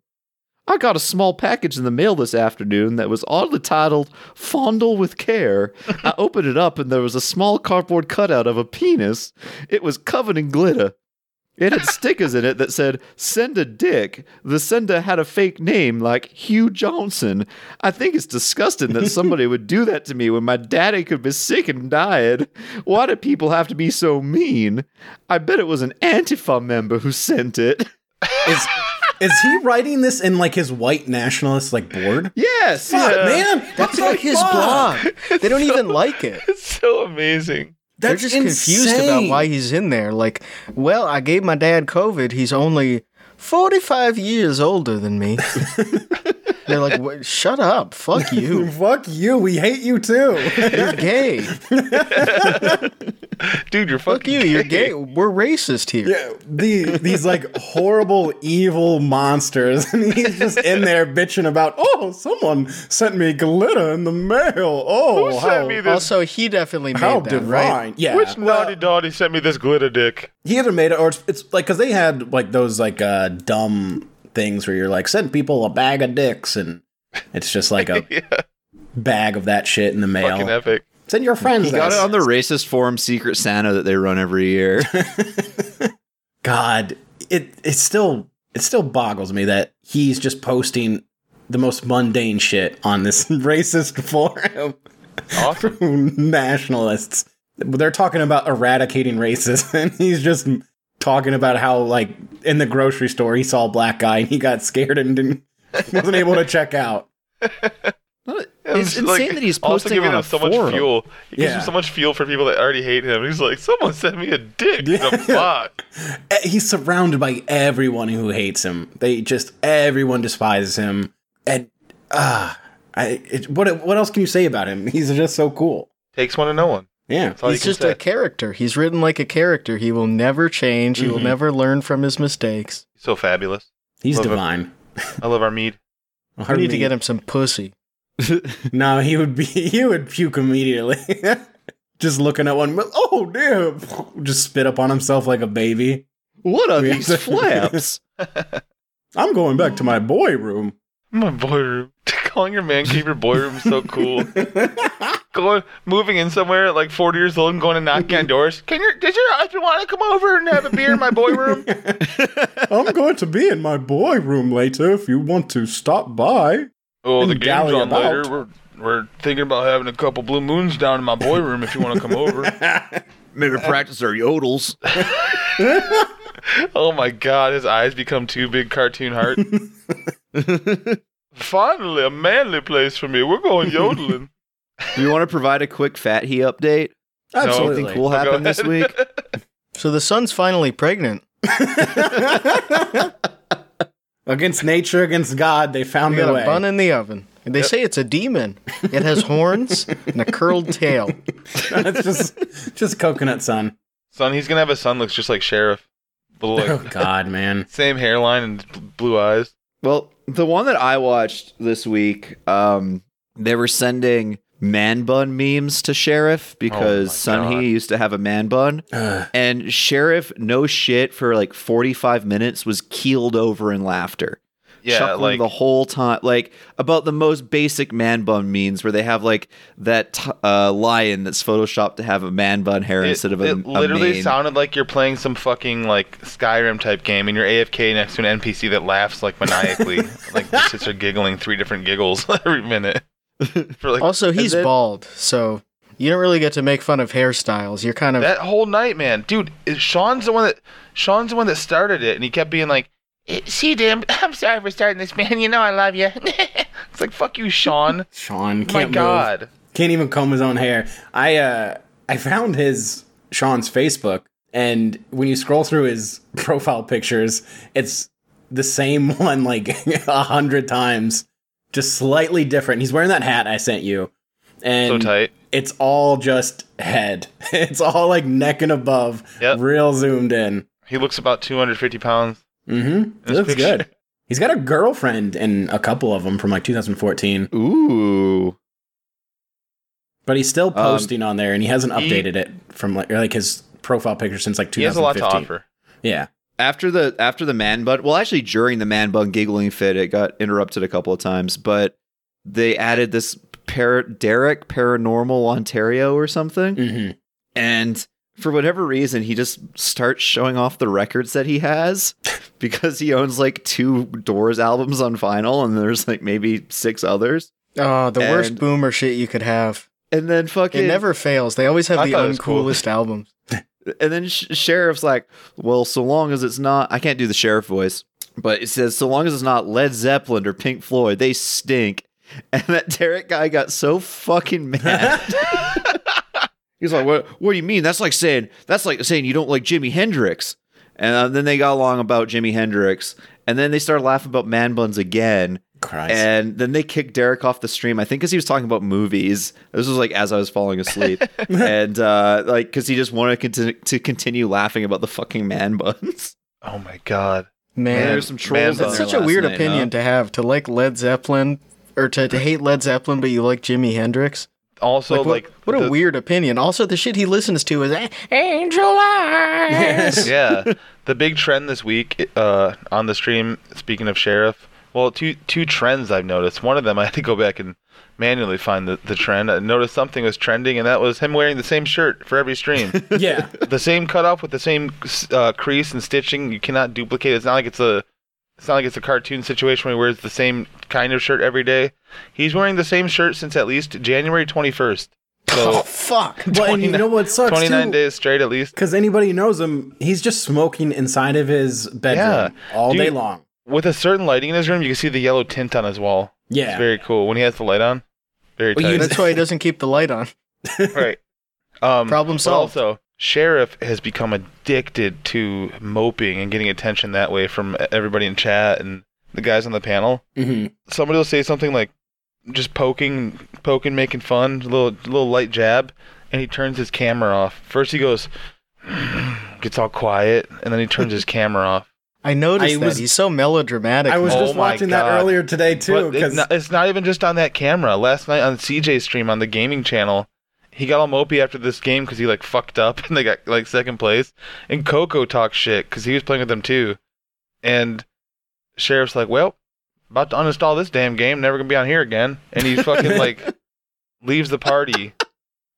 [SPEAKER 2] I got a small package in the mail this afternoon that was oddly titled "Fondle with Care." I opened it up and there was a small cardboard cutout of a penis. It was covered in glitter. It had stickers in it that said, Send a dick. The sender had a fake name like Hugh Johnson. I think it's disgusting that somebody would do that to me when my daddy could be sick and died. Why do people have to be so mean? I bet it was an Antifa member who sent it.
[SPEAKER 3] Is is he writing this in like his white nationalist like board?
[SPEAKER 2] Yes.
[SPEAKER 3] Fuck, man, that's
[SPEAKER 5] It's like his blog. They don't even like it.
[SPEAKER 4] It's so amazing.
[SPEAKER 5] They're just confused about why he's in there. Like, well, I gave my dad COVID. He's only 45 years older than me. They're like, "What- shut up. Fuck you.
[SPEAKER 3] Fuck you. We hate you too.
[SPEAKER 5] You're gay.
[SPEAKER 4] Dude, you're
[SPEAKER 5] Fuck
[SPEAKER 4] fucking
[SPEAKER 5] you. You're gay. We're racist here.
[SPEAKER 3] Yeah, the, these like horrible, evil monsters, and he's just in there bitching about, oh, someone sent me glitter in the mail. Oh,
[SPEAKER 4] Who
[SPEAKER 3] how,
[SPEAKER 4] sent me this?
[SPEAKER 5] Also, he definitely made
[SPEAKER 3] how
[SPEAKER 5] that,
[SPEAKER 3] divine!
[SPEAKER 5] right?
[SPEAKER 3] Yeah,
[SPEAKER 4] Which
[SPEAKER 3] well,
[SPEAKER 4] naughty naughty sent me this glitter dick?
[SPEAKER 3] he either made it or it's, it's like because they had like those like uh dumb things where you're like send people a bag of dicks, and it's just like a bag of that shit in the
[SPEAKER 4] Fucking
[SPEAKER 3] mail.
[SPEAKER 4] epic.
[SPEAKER 3] Send your friends.
[SPEAKER 2] He got
[SPEAKER 3] this.
[SPEAKER 2] it on the racist forum Secret Santa that they run every year.
[SPEAKER 3] God, it it still it still boggles me that he's just posting the most mundane shit on this racist forum.
[SPEAKER 4] Awesome.
[SPEAKER 3] nationalists. They're talking about eradicating racism. He's just talking about how, like, in the grocery store, he saw a black guy and he got scared and didn't wasn't able to check out.
[SPEAKER 2] It's insane
[SPEAKER 4] like,
[SPEAKER 2] that he's
[SPEAKER 4] also
[SPEAKER 2] posting
[SPEAKER 4] giving
[SPEAKER 2] on
[SPEAKER 4] him
[SPEAKER 2] a
[SPEAKER 4] so
[SPEAKER 2] forum.
[SPEAKER 4] much fuel. He gives
[SPEAKER 3] Yeah.
[SPEAKER 4] him so much fuel for people that already hate him. He's like, someone sent me a dick.
[SPEAKER 3] Yeah.
[SPEAKER 4] The fuck.
[SPEAKER 3] Eh, He's surrounded by everyone who hates him. They just everyone despises him. And ah, I it, what what else can you say about him? He's just so cool.
[SPEAKER 4] Takes one to know one.
[SPEAKER 3] Yeah.
[SPEAKER 4] That's all
[SPEAKER 5] He's
[SPEAKER 4] you
[SPEAKER 5] just
[SPEAKER 4] can say.
[SPEAKER 5] a character. He's written like a character. He will never change. He will
[SPEAKER 3] Mhm.
[SPEAKER 5] never learn from his mistakes.
[SPEAKER 4] He's so fabulous.
[SPEAKER 3] He's
[SPEAKER 4] Love it.
[SPEAKER 3] divine.
[SPEAKER 4] I love our mead.
[SPEAKER 5] We need to get him some pussy.
[SPEAKER 3] No, he would be. He would puke immediately. just looking at one. Oh damn! Just spit up on himself like a baby.
[SPEAKER 2] What are
[SPEAKER 3] Yeah.
[SPEAKER 2] these flaps?
[SPEAKER 3] I'm going back to my boy room.
[SPEAKER 4] My boy room. Calling your man cave your boy room is so cool. going moving in somewhere at like 40 years old and going and knocking on doors. Can your did your husband want to come over and have a beer in my boy room?
[SPEAKER 3] I'm going to be in my boy room later. If you want to stop by,
[SPEAKER 4] Oh, the
[SPEAKER 3] And
[SPEAKER 4] game's
[SPEAKER 3] dally
[SPEAKER 4] on
[SPEAKER 3] about.
[SPEAKER 4] later. We're we're thinking about having a couple blue moons down in my boy room if you want to come over.
[SPEAKER 2] Maybe practice our yodels.
[SPEAKER 4] oh my god, his eyes become two big cartoon heart. Finally, a manly place for me. We're going yodeling.
[SPEAKER 2] Do you want to provide a quick fat he update?
[SPEAKER 3] absolutely.
[SPEAKER 2] Something cool happened this
[SPEAKER 4] ahead.
[SPEAKER 2] week.
[SPEAKER 5] So the son's finally pregnant.
[SPEAKER 3] Against nature, against God, they found
[SPEAKER 5] We
[SPEAKER 3] their
[SPEAKER 5] got
[SPEAKER 3] way.
[SPEAKER 5] a bun in the oven. They say it's a demon. It has horns and a curled tail.
[SPEAKER 3] That's just just coconut sun.
[SPEAKER 4] son, he's gonna have a son looks just like sheriff. Little
[SPEAKER 3] Oh
[SPEAKER 4] like
[SPEAKER 3] God, man.
[SPEAKER 4] same hairline and bl- blue eyes.
[SPEAKER 2] Well, the one that I watched this week, um, they were sending man bun memes to Sheriff because
[SPEAKER 4] Oh my
[SPEAKER 2] Sun
[SPEAKER 4] God.
[SPEAKER 2] He used to have a man bun.
[SPEAKER 3] Ugh.
[SPEAKER 2] And Sheriff, no shit, for like 45 minutes was keeled over in laughter.
[SPEAKER 4] Yeah,
[SPEAKER 2] chuckling
[SPEAKER 4] like
[SPEAKER 2] the whole time, like about the most basic man bun memes, where they have like that t- uh, lion that's photoshopped to have a man bun hair
[SPEAKER 4] it,
[SPEAKER 2] instead of a,
[SPEAKER 4] it literally
[SPEAKER 2] a mane.
[SPEAKER 4] sounded like you're playing some fucking like Skyrim type game and you're AFK next to an NPC that laughs like maniacally, like just sits there giggling three different giggles every minute. For like
[SPEAKER 5] Also, he's
[SPEAKER 2] then-
[SPEAKER 5] bald, so you don't really get to make fun of hairstyles. You're kind of
[SPEAKER 4] that whole night, man, dude. is- Sean's the one that Sean's the one that started it, and he kept being like, "Eh, "See, Dim, I'm sorry for starting this, man. You know I love you." it's like fuck you, Sean.
[SPEAKER 3] Sean
[SPEAKER 4] My
[SPEAKER 3] can't move.
[SPEAKER 4] God.
[SPEAKER 3] Can't even comb his own hair. I uh I found his Sean's Facebook and when you scroll through his profile pictures, it's the same one like a hundred times. Just slightly different. He's wearing that hat I sent you.
[SPEAKER 4] So
[SPEAKER 3] And
[SPEAKER 4] tight.
[SPEAKER 3] it's all just head. It's all like neck and above,
[SPEAKER 4] Yep.
[SPEAKER 3] real zoomed in.
[SPEAKER 4] He looks about 250 pounds.
[SPEAKER 3] Mm-hmm.
[SPEAKER 4] This
[SPEAKER 3] Looks
[SPEAKER 4] picture.
[SPEAKER 3] good. He's got a girlfriend in a couple of them from like 2014,
[SPEAKER 2] Ooh,
[SPEAKER 3] but he's still posting on there, and he hasn't
[SPEAKER 4] Um, he-
[SPEAKER 3] updated it from like, or, like his profile picture since like 2015.
[SPEAKER 4] He has a lot to offer.
[SPEAKER 3] Yeah,
[SPEAKER 2] after the after the man bun well actually during the man bun giggling fit it got interrupted a couple of times but they added this par- derek paranormal ontario or something
[SPEAKER 3] hmm
[SPEAKER 2] and for whatever reason he just starts showing off the records that he has because he owns like two doors albums on vinyl and there's like maybe six others
[SPEAKER 5] oh, the worst
[SPEAKER 2] And-
[SPEAKER 5] boomer shit you could have.
[SPEAKER 2] and then
[SPEAKER 5] It
[SPEAKER 2] fucking
[SPEAKER 5] never fails. They always have
[SPEAKER 4] I
[SPEAKER 5] the
[SPEAKER 4] thought it was
[SPEAKER 5] uncoolest
[SPEAKER 4] cool.
[SPEAKER 5] albums.
[SPEAKER 2] And then sh- sheriff's like, well, so long as it's not, I can't do the sheriff voice, but it says, so long as it's not Led Zeppelin or Pink Floyd, they stink. And that Derek guy got so fucking mad. He's like, what? What do you mean? That's like saying that's like saying you don't like Jimi Hendrix. And uh, then they got along about Jimi Hendrix, and then they started laughing about man buns again.
[SPEAKER 3] Christ.
[SPEAKER 2] And then they kicked Derek off the stream. I think because he was talking about movies. This was like as I was falling asleep, and uh, like because he just wanted to continue, to continue laughing about the fucking man buns.
[SPEAKER 4] Oh my God.
[SPEAKER 5] Man,
[SPEAKER 2] There's some trolls.
[SPEAKER 4] man
[SPEAKER 2] on
[SPEAKER 5] that's
[SPEAKER 4] buns.
[SPEAKER 2] there
[SPEAKER 5] such a
[SPEAKER 2] last
[SPEAKER 5] weird
[SPEAKER 2] night,
[SPEAKER 5] opinion
[SPEAKER 2] huh?
[SPEAKER 5] to have to like Led Zeppelin or to, to hate Led Zeppelin, but you like Jimi Hendrix.
[SPEAKER 4] Also,
[SPEAKER 5] Like,
[SPEAKER 4] like,
[SPEAKER 5] what, what a
[SPEAKER 4] the-
[SPEAKER 5] weird opinion. Also, the shit he listens to is "A- Angel Eyes.
[SPEAKER 4] yeah. The big trend this week uh, on the stream, speaking of Sheriff, well, two two trends I've noticed. One of them I had to go back and manually find the, the trend. I noticed something was trending, and that was him wearing the same shirt for every stream.
[SPEAKER 3] yeah,
[SPEAKER 4] the same cutoff with the same uh, crease and stitching. You cannot duplicate it. It's not like it's a It's not like it's a cartoon situation where he wears the same kind of shirt every day. He's wearing the same shirt since at least January 21st. So
[SPEAKER 5] Oh fuck!
[SPEAKER 3] Well, and you know what sucks
[SPEAKER 4] 29
[SPEAKER 3] too?
[SPEAKER 4] days straight at least.
[SPEAKER 3] Because anybody who knows him, he's just smoking inside of his bedroom
[SPEAKER 4] Yeah.
[SPEAKER 3] all
[SPEAKER 4] Dude.
[SPEAKER 3] day long.
[SPEAKER 4] With a certain lighting in his room, you can see the yellow tint on his wall.
[SPEAKER 3] Yeah.
[SPEAKER 4] It's very cool. When he has the light on, very
[SPEAKER 3] Well, you-
[SPEAKER 4] tight.
[SPEAKER 5] That's why he doesn't keep the light on.
[SPEAKER 4] right. Um,
[SPEAKER 5] Problem
[SPEAKER 4] but
[SPEAKER 5] solved.
[SPEAKER 4] Also, Sheriff has become addicted to moping and getting attention that way from everybody in chat and the guys on the panel.
[SPEAKER 3] hmm
[SPEAKER 4] Somebody will say something like, just poking, poking, making fun, a little, little light jab, and he turns his camera off. First he goes, gets all quiet, and then he turns his camera off.
[SPEAKER 5] I noticed
[SPEAKER 3] I
[SPEAKER 5] that
[SPEAKER 3] was-
[SPEAKER 5] he's so melodramatic.
[SPEAKER 3] I was
[SPEAKER 5] now.
[SPEAKER 4] Oh
[SPEAKER 3] just
[SPEAKER 4] my
[SPEAKER 3] watching that
[SPEAKER 4] God.
[SPEAKER 3] earlier today too.
[SPEAKER 4] But it's
[SPEAKER 3] Because
[SPEAKER 4] not, it's not even just on that camera. Last night on CJ's stream on the gaming channel, he got all mopey after this game because he like fucked up and they got like second place. And Coco talked shit because he was playing with them too. And Sheriff's like, well, about to uninstall this damn game. Never gonna be on here again. And he fucking like leaves the party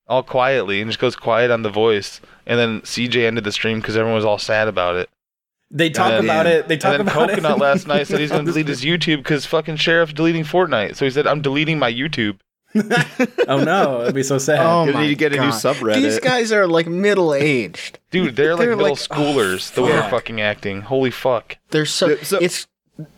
[SPEAKER 4] all quietly and just goes quiet on the voice. And then CJ ended the stream because everyone was all sad about it.
[SPEAKER 3] they talk
[SPEAKER 4] And then-
[SPEAKER 3] about it. They talk
[SPEAKER 4] and then
[SPEAKER 3] about
[SPEAKER 4] Coconut
[SPEAKER 3] it.
[SPEAKER 4] last night said he's going to delete his YouTube because fucking Sheriff's deleting Fortnite. So he said, I'm deleting my YouTube.
[SPEAKER 3] oh no, it'd be so sad.
[SPEAKER 5] Oh
[SPEAKER 2] You
[SPEAKER 5] my
[SPEAKER 2] need to get a
[SPEAKER 5] God.
[SPEAKER 2] new subreddit.
[SPEAKER 5] These guys are like middle aged.
[SPEAKER 4] Dude, they're like
[SPEAKER 5] They're
[SPEAKER 4] middle
[SPEAKER 5] like-
[SPEAKER 4] schoolers the way they're
[SPEAKER 3] fuck.
[SPEAKER 4] fucking acting. Holy fuck.
[SPEAKER 5] They're so,
[SPEAKER 2] Yeah, so-
[SPEAKER 5] it's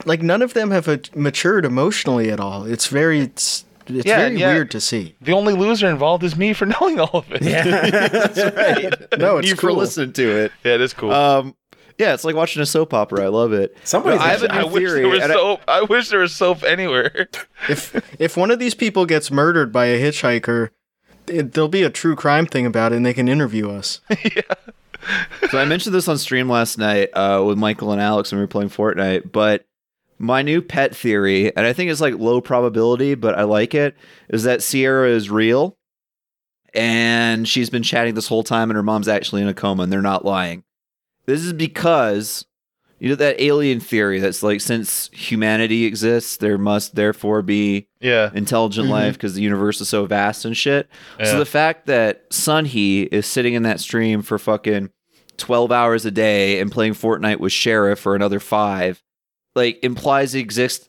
[SPEAKER 5] like none of them have uh matured emotionally at all. It's very it's, it's
[SPEAKER 4] Yeah,
[SPEAKER 5] very
[SPEAKER 4] yeah.
[SPEAKER 5] weird to see.
[SPEAKER 4] The only loser involved is me for knowing all of it. Yeah,
[SPEAKER 2] That's right.
[SPEAKER 5] No, Oh, it's
[SPEAKER 2] you for
[SPEAKER 5] cool.
[SPEAKER 2] listening to it.
[SPEAKER 4] it is cool.
[SPEAKER 2] Um, yeah, it's like watching a soap opera. I love it.
[SPEAKER 3] Somebody's
[SPEAKER 2] I
[SPEAKER 4] I,
[SPEAKER 2] have
[SPEAKER 4] have
[SPEAKER 2] a
[SPEAKER 4] a, I
[SPEAKER 2] new
[SPEAKER 4] wish
[SPEAKER 2] theory.
[SPEAKER 4] there was
[SPEAKER 2] and I-
[SPEAKER 4] soap. I wish there was soap anywhere.
[SPEAKER 5] If if one of these people gets murdered by a hitchhiker, it, there'll be a true crime thing about it, and they can interview us.
[SPEAKER 2] so I mentioned this on stream last night uh, with Michael and Alex when we were playing Fortnite, but my new pet theory, and I think it's like low probability, but I like it, is that Sierra is real and she's been chatting this whole time and her mom's actually in a coma and they're not lying. This is because you know that alien theory that's like since humanity exists, there must therefore be
[SPEAKER 4] yeah.
[SPEAKER 2] intelligent
[SPEAKER 5] Mhm.
[SPEAKER 2] life because the universe is so vast and shit. So the fact that Sunhee is sitting in that stream for fucking 12 hours a day and playing Fortnite with Sheriff for another 5 like implies the exist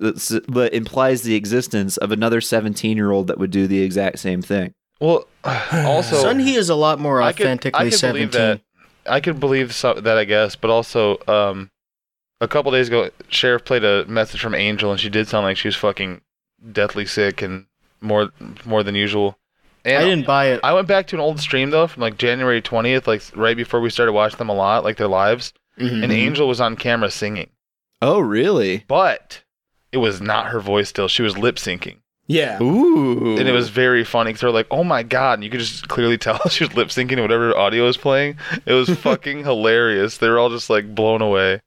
[SPEAKER 2] but implies the existence of another 17-year-old that would do the exact same thing.
[SPEAKER 4] well, also,
[SPEAKER 5] Sunhee is a lot more
[SPEAKER 4] I could-
[SPEAKER 5] authentically
[SPEAKER 4] I could
[SPEAKER 5] seventeen.
[SPEAKER 4] believe that. I could believe so, that, I guess, but also, um, a couple days ago, Sheriff played a message from Angel, and she did sound like she was fucking deathly sick and more more than usual. And
[SPEAKER 5] I didn't buy it.
[SPEAKER 4] I went back to an old stream though from like January twentieth, like right before we started watching them a lot, like their lives.
[SPEAKER 5] Mm-hmm,
[SPEAKER 4] And Angel was on camera singing,
[SPEAKER 2] Oh, really?
[SPEAKER 4] but it was not her voice. Still, she was lip syncing,
[SPEAKER 3] yeah.
[SPEAKER 2] Ooh.
[SPEAKER 4] and it was very funny because they're like, "Oh my god!" And you could just clearly tell she was lip syncing to whatever audio was playing. It was fucking hilarious. They were all just like blown away.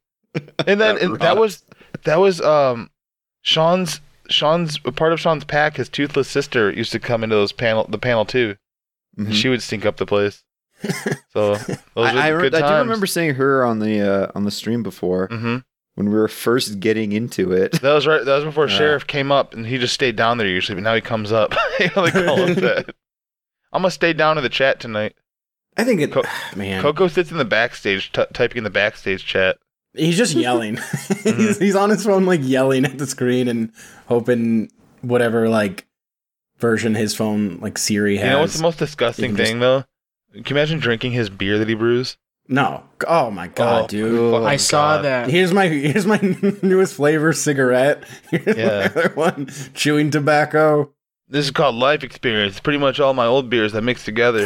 [SPEAKER 4] And then
[SPEAKER 2] That
[SPEAKER 4] that, and that was that was um Sean's Sean's part of Sean's pack. His toothless sister used to come into those panel the panel too.
[SPEAKER 2] Mhm.
[SPEAKER 4] and she would stink up the place. So those were
[SPEAKER 2] I, I, re-
[SPEAKER 4] good
[SPEAKER 2] I
[SPEAKER 4] times.
[SPEAKER 2] do remember seeing her on the uh, on the stream before
[SPEAKER 4] hmm
[SPEAKER 2] when we were first getting into it.
[SPEAKER 4] That was right. That was before
[SPEAKER 2] Yeah.
[SPEAKER 4] Sheriff came up, and he just stayed down there usually. But now he comes up. You know, they call him that. I'm gonna stay down to the chat tonight.
[SPEAKER 3] I think it.
[SPEAKER 4] Co-
[SPEAKER 3] man,
[SPEAKER 4] Coco sits in the backstage, t- typing in the backstage chat.
[SPEAKER 3] he's just yelling. he's, he's on his phone, like yelling at the screen and hoping whatever like version his phone like Siri has.
[SPEAKER 4] You know what's the most disgusting
[SPEAKER 3] You can
[SPEAKER 4] thing though? Can you imagine drinking his beer that he brews?
[SPEAKER 3] no. Oh my god,
[SPEAKER 4] Oh,
[SPEAKER 3] dude.
[SPEAKER 4] fucking
[SPEAKER 5] I saw
[SPEAKER 4] God.
[SPEAKER 5] that.
[SPEAKER 3] Here's my here's my newest flavor cigarette. Here's my
[SPEAKER 4] Yeah.
[SPEAKER 3] other one chewing tobacco.
[SPEAKER 4] This is called life experience. It's pretty much all my old beers that mixed together.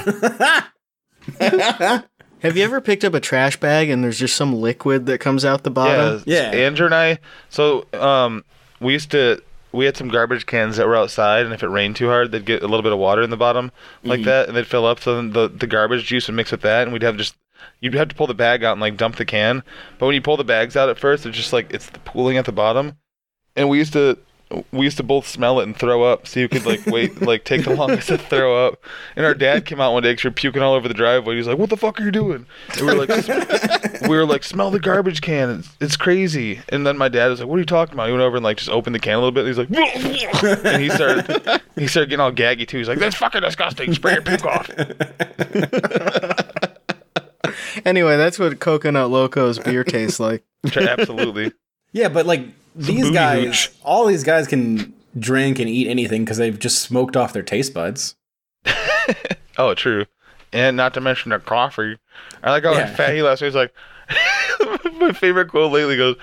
[SPEAKER 5] Have you ever picked up a trash bag and there's just some liquid that comes out the bottom?
[SPEAKER 4] Yeah,
[SPEAKER 3] Yeah.
[SPEAKER 4] Andrew and I. So um, we used to we had some garbage cans that were outside, and if it rained too hard, they'd get a little bit of water in the bottom like that, and they'd fill up. So then the the garbage juice would mix with that, and we'd have just you'd have to pull the bag out and like dump the can. But when you pull the bags out at first, it's just like it's the pooling at the bottom, and we used to. We used to both smell it and throw up, so you could like wait, like take the longest to throw up. And our dad came out one day because we were puking all over the driveway. He was like, "What the fuck are you doing?" And we were like, we were like, smell the garbage can. It's, it's crazy. And then my dad was like, what are you talking about? He went over and like just opened the can a little bit. And he's like, and he started, he started getting all gaggy too. He's like, that's fucking disgusting. Spray your puke off.
[SPEAKER 5] Anyway, that's what Coconut Loco's beer tastes like.
[SPEAKER 4] Absolutely.
[SPEAKER 3] Yeah, but like these
[SPEAKER 4] booty
[SPEAKER 3] guys,
[SPEAKER 4] hooch.
[SPEAKER 3] all these guys can drink and eat anything because they've just smoked off their taste buds.
[SPEAKER 4] Oh, true. And not to mention the coffee. I like how
[SPEAKER 3] Yeah.
[SPEAKER 4] fat he last week was like, my favorite quote lately goes,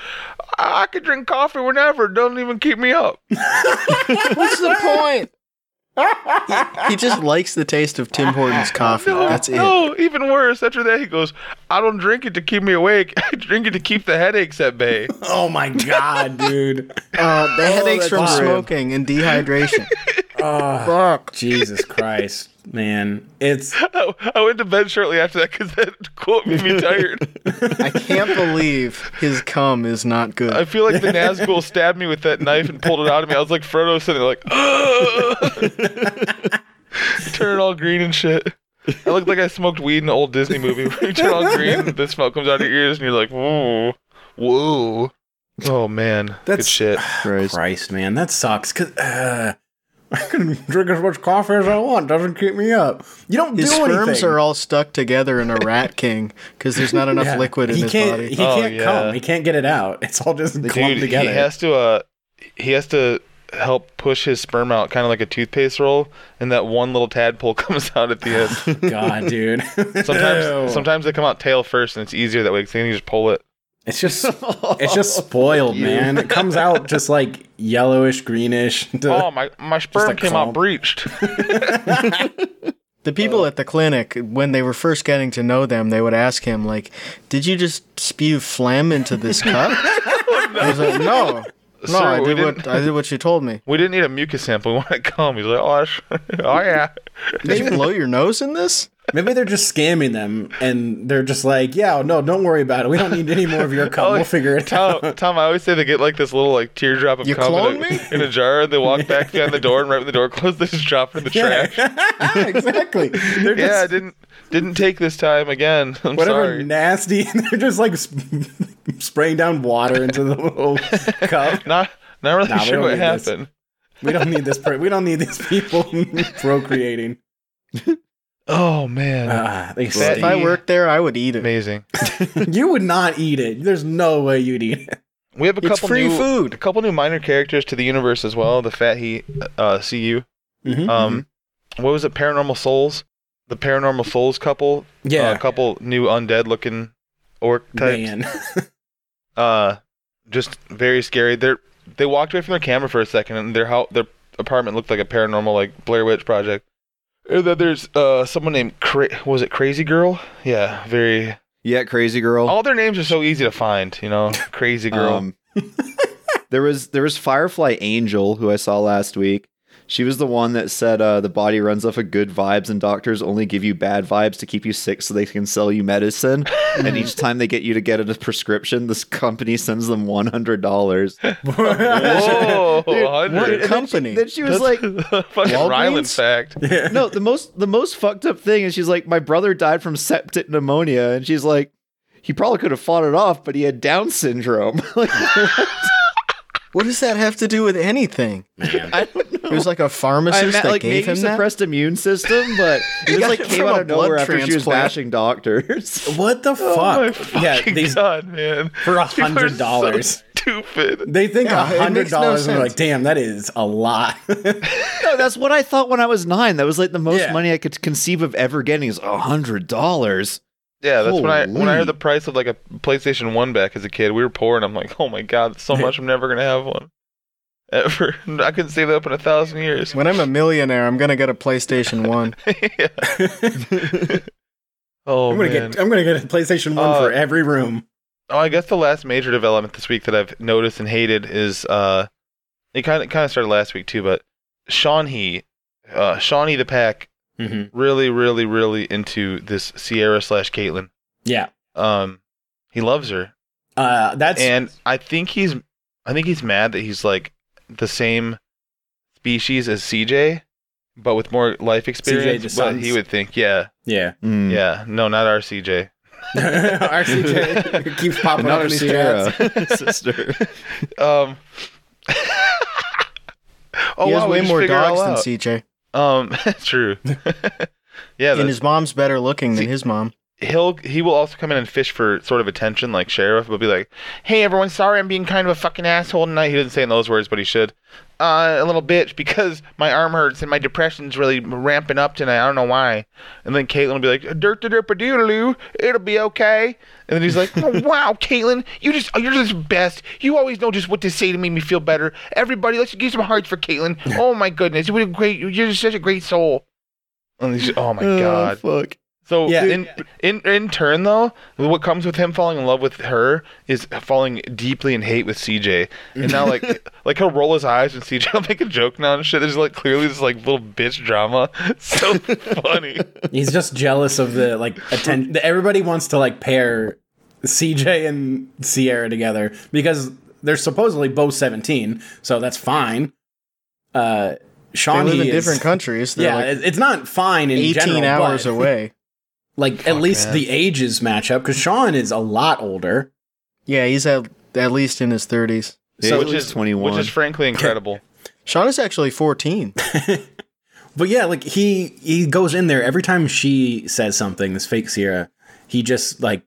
[SPEAKER 4] I could drink coffee whenever. it Don't even keep me up.
[SPEAKER 5] What's the point? he, he just likes the taste of Tim Hortons coffee.
[SPEAKER 4] No,
[SPEAKER 5] That's it.
[SPEAKER 4] no, even worse. After that, he goes, I don't drink it to keep me awake. I drink it to keep the headaches at bay.
[SPEAKER 3] Oh my god, dude!
[SPEAKER 5] Uh, the headaches
[SPEAKER 3] that's
[SPEAKER 5] from
[SPEAKER 3] awesome.
[SPEAKER 5] smoking and dehydration.
[SPEAKER 3] Oh,
[SPEAKER 5] Fuck.
[SPEAKER 3] Jesus Christ, man! It's
[SPEAKER 4] I, I went to bed shortly after that because that quote made me tired.
[SPEAKER 5] I can't believe his cum is not good.
[SPEAKER 4] I feel like the Nazgul stabbed me with that knife and pulled it out of me. I was like Frodo sitting there like, "Ah!" turn all green and shit. I looked like I smoked weed in an old Disney movie where you turn all green and the smoke comes out of your ears and you're like, whoa, whoa. Oh man, that's good
[SPEAKER 3] That's-
[SPEAKER 4] shit.
[SPEAKER 2] Christ.
[SPEAKER 3] Christ, man, that sucks. 'cause, uh, I can drink as much coffee as I want; doesn't keep me up. You don't
[SPEAKER 5] his
[SPEAKER 3] do
[SPEAKER 5] sperms
[SPEAKER 3] anything.
[SPEAKER 5] are all stuck together in a rat king because there's not enough
[SPEAKER 3] Yeah.
[SPEAKER 5] liquid in
[SPEAKER 3] he
[SPEAKER 5] his
[SPEAKER 3] can't,
[SPEAKER 5] body.
[SPEAKER 3] He
[SPEAKER 4] Oh,
[SPEAKER 3] can't
[SPEAKER 4] yeah.
[SPEAKER 3] come. He can't get it out. It's all just clumped
[SPEAKER 4] Dude,
[SPEAKER 3] together.
[SPEAKER 4] he has to uh, he has to help push his sperm out, kind of like a toothpaste roll, and that one little tadpole comes out at the end.
[SPEAKER 3] God, dude.
[SPEAKER 4] Sometimes,
[SPEAKER 3] Ew.
[SPEAKER 4] sometimes they come out tail first, and it's easier that way. 'cause Then you just pull it.
[SPEAKER 3] It's just it's just spoiled, man. It comes out just like yellowish, greenish.
[SPEAKER 4] Oh my! My sperm
[SPEAKER 3] like
[SPEAKER 4] came
[SPEAKER 3] calm.
[SPEAKER 4] out breached. Oh.
[SPEAKER 5] The people at the clinic, when they were first getting to know them, they would ask him, like, did you just spew phlegm into this cup? I was like, no. No,
[SPEAKER 4] Sir,
[SPEAKER 5] I,
[SPEAKER 4] we
[SPEAKER 5] did what,
[SPEAKER 4] didn't-
[SPEAKER 5] I did what you told me.
[SPEAKER 4] We didn't need a mucus sample. We wanted cum. He's like, oh, sh- oh yeah.
[SPEAKER 5] Did you blow your nose in this?
[SPEAKER 3] Maybe they're just scamming them, and they're just like, "Yeah, no, don't worry about it. We don't need any more of your
[SPEAKER 4] Oh,
[SPEAKER 3] cum. We'll figure it out."
[SPEAKER 4] Tom, Tom, I always say they get like this little like teardrop of
[SPEAKER 5] You
[SPEAKER 4] cum in a,
[SPEAKER 5] clone me?
[SPEAKER 4] in a jar, and they walk back behind the door, and right when the door closes, they just drop it in the trash.
[SPEAKER 3] exactly. They're just
[SPEAKER 4] Yeah, I didn't didn't take this time again. I'm
[SPEAKER 3] whatever
[SPEAKER 4] sorry.
[SPEAKER 3] nasty. They're just like sp- spraying down water into the little cup.
[SPEAKER 4] not not really
[SPEAKER 3] Nah, we
[SPEAKER 4] sure
[SPEAKER 3] don't
[SPEAKER 4] what
[SPEAKER 3] need this.
[SPEAKER 4] happened.
[SPEAKER 3] We don't need this. Per- we don't need these people procreating.
[SPEAKER 4] Oh man,
[SPEAKER 3] Ah, they
[SPEAKER 4] Well,
[SPEAKER 5] If I
[SPEAKER 3] stink.
[SPEAKER 4] Yeah.
[SPEAKER 5] worked there, I would eat it.
[SPEAKER 4] amazing.
[SPEAKER 3] You would not eat it. There's no way you'd eat it.
[SPEAKER 4] We have a
[SPEAKER 5] It's
[SPEAKER 4] couple
[SPEAKER 5] free
[SPEAKER 4] new,
[SPEAKER 5] food.
[SPEAKER 4] a couple new minor characters to the universe as well. The Fat Heat, uh, CU.
[SPEAKER 3] Mhm.
[SPEAKER 4] Um, what was it? Paranormal Souls. The Paranormal Souls couple.
[SPEAKER 3] yeah,
[SPEAKER 4] Uh, a couple new undead looking orc types.
[SPEAKER 3] man.
[SPEAKER 4] uh just very scary. They are they walked away from their camera for a second, and their how their apartment looked like a paranormal like Blair Witch project. And then there's uh someone named Cra- was it Crazy Girl? Yeah, very.
[SPEAKER 2] Yeah, crazy girl.
[SPEAKER 4] All their names are so easy to find, you know. Crazy Girl.
[SPEAKER 2] Um, there was there was Firefly Angel who I saw last week. She was the one that said uh, the body runs off of good vibes and doctors only give you bad vibes to keep you sick so they can sell you medicine. and each time they get you to get a prescription, this company sends them one hundred dollars.
[SPEAKER 4] Whoa,
[SPEAKER 5] What
[SPEAKER 4] 100.
[SPEAKER 5] company?
[SPEAKER 2] Then she was like,
[SPEAKER 4] fucking
[SPEAKER 5] Walgreens?
[SPEAKER 4] Ryland fact.
[SPEAKER 2] "No, the most the most fucked up thing is she's like, my brother died from septic pneumonia, and she's like, he probably could have fought it off, but he had Down syndrome. like,
[SPEAKER 5] what does that have to do with anything?
[SPEAKER 2] I don't know.
[SPEAKER 5] It was like a pharmacist
[SPEAKER 2] I meant
[SPEAKER 5] that
[SPEAKER 2] like maybe
[SPEAKER 5] gave him that?
[SPEAKER 2] suppressed immune system, but
[SPEAKER 5] He
[SPEAKER 2] it just
[SPEAKER 5] got
[SPEAKER 2] like
[SPEAKER 5] it
[SPEAKER 2] came
[SPEAKER 5] from
[SPEAKER 2] out
[SPEAKER 5] a
[SPEAKER 2] of nowhere
[SPEAKER 5] blood
[SPEAKER 2] after she was
[SPEAKER 5] transplant.
[SPEAKER 2] bashing doctors.
[SPEAKER 3] What the
[SPEAKER 4] Oh
[SPEAKER 3] fuck?
[SPEAKER 4] my
[SPEAKER 3] yeah,
[SPEAKER 4] fucking
[SPEAKER 3] these
[SPEAKER 4] god, man.
[SPEAKER 3] for a
[SPEAKER 4] People are
[SPEAKER 3] hundred
[SPEAKER 4] so
[SPEAKER 3] dollars.
[SPEAKER 4] stupid.
[SPEAKER 3] They think a
[SPEAKER 5] Yeah, it
[SPEAKER 3] hundred
[SPEAKER 5] makes no
[SPEAKER 3] dollars and they're
[SPEAKER 5] sense.
[SPEAKER 3] like, damn, that is a lot.
[SPEAKER 2] no, that's what I thought when I was nine. That was like the most
[SPEAKER 3] Yeah.
[SPEAKER 2] money I could conceive of ever getting is a hundred dollars.
[SPEAKER 4] Yeah, that's when I when I
[SPEAKER 2] Holy.
[SPEAKER 4] heard the price of like a PlayStation One back as a kid. We were poor, and I'm like, oh my god, that's so much. I'm never gonna have one ever. I couldn't save that up in a thousand years.
[SPEAKER 5] When I'm a millionaire, I'm going to get a PlayStation 1.
[SPEAKER 4] Yeah. oh
[SPEAKER 3] I'm gonna
[SPEAKER 4] man.
[SPEAKER 3] get I'm gonna get a PlayStation One
[SPEAKER 4] Uh,
[SPEAKER 3] for every room.
[SPEAKER 4] oh, I guess the last major development this week that I've noticed and hated is uh, it kind of kind of started last week too, but Shawnee, uh, Shawnee the Pack,
[SPEAKER 3] Mhm.
[SPEAKER 4] really, really, really into this Sierra slash Caitlyn.
[SPEAKER 3] Yeah,
[SPEAKER 4] Um, he loves her.
[SPEAKER 3] uh, that's
[SPEAKER 4] and I think he's I think he's mad that he's like the same species as CJ, but with more life experience.
[SPEAKER 3] just
[SPEAKER 4] Well,
[SPEAKER 3] sounds-
[SPEAKER 4] he would think, yeah,
[SPEAKER 3] yeah.
[SPEAKER 5] Hmm.
[SPEAKER 2] Mm.
[SPEAKER 4] yeah, no, not our CJ.
[SPEAKER 3] RCJ keeps popping up
[SPEAKER 2] Another
[SPEAKER 3] in these ads.
[SPEAKER 2] Sierra sister.
[SPEAKER 4] Um. oh,
[SPEAKER 5] he has
[SPEAKER 4] wow, we
[SPEAKER 5] way
[SPEAKER 4] just
[SPEAKER 5] more
[SPEAKER 4] figured it all
[SPEAKER 5] dogs than
[SPEAKER 4] out.
[SPEAKER 5] CJ.
[SPEAKER 4] Um, true. yeah,
[SPEAKER 5] and
[SPEAKER 4] that's,
[SPEAKER 5] his mom's better looking than his mom.
[SPEAKER 4] he'll he will also come in and fish for sort of attention, like sheriff, but be like, "Hey, everyone, sorry, I'm being kind of a fucking asshole tonight." He doesn't say in those words, but he should. Uh, a little bitch because my arm hurts and my depression's really ramping up tonight. I don't know why. And then Caitlin will be like, "Dirt da derp doodaloo, it'll be okay." And then he's like, oh, "Wow, Caitlin, you just you're just the best. You always know just what to say to make me feel better. Everybody, let's give some hearts for Caitlin. Oh my goodness, what a great you're just such a great soul." And he's just, oh my god.
[SPEAKER 2] fuck.
[SPEAKER 4] So
[SPEAKER 3] Yeah.
[SPEAKER 4] in, in in turn though, what comes with him falling in love with her is falling deeply in hate with CJ. And now like like he'll roll his eyes and CJ will make a joke now and shit. There's like clearly this like little bitch drama. It's so funny.
[SPEAKER 3] He's just jealous of the like attention. Everybody wants to like pair CJ and Sierra together because they're supposedly both seventeen, so that's fine. Uh,
[SPEAKER 5] They
[SPEAKER 3] Shawnee
[SPEAKER 5] live in
[SPEAKER 3] is-
[SPEAKER 5] different countries. They're
[SPEAKER 3] Yeah,
[SPEAKER 5] like
[SPEAKER 3] it- it's not fine in
[SPEAKER 5] 18
[SPEAKER 3] general,
[SPEAKER 5] hours
[SPEAKER 3] but,
[SPEAKER 5] away.
[SPEAKER 3] Like at least the ages match up because Sean is a lot older.
[SPEAKER 5] Yeah, he's at at least in his 30s.
[SPEAKER 2] So
[SPEAKER 4] which
[SPEAKER 2] which
[SPEAKER 4] is
[SPEAKER 2] twenty one.
[SPEAKER 4] Which is frankly incredible.
[SPEAKER 5] Sean is actually 14.
[SPEAKER 3] But yeah, like he he goes in there every time she says something. This fake Sierra, he just like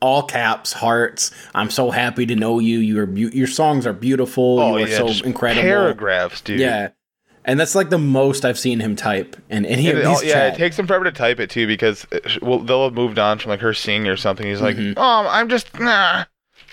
[SPEAKER 3] all caps, hearts. I'm so happy to know you. Your bu- your songs are beautiful. you are
[SPEAKER 4] Oh, just
[SPEAKER 3] Oh, so incredible.
[SPEAKER 4] Paragraphs, dude.
[SPEAKER 3] Yeah, and that's like the most I've seen him type in any
[SPEAKER 4] And
[SPEAKER 3] of
[SPEAKER 4] it
[SPEAKER 3] these.
[SPEAKER 4] all- yeah, it
[SPEAKER 3] chat.
[SPEAKER 4] takes him forever to type it too because uh, sh- well, they'll have moved on from like her singing or something. He's like, "Oh, I'm just nah."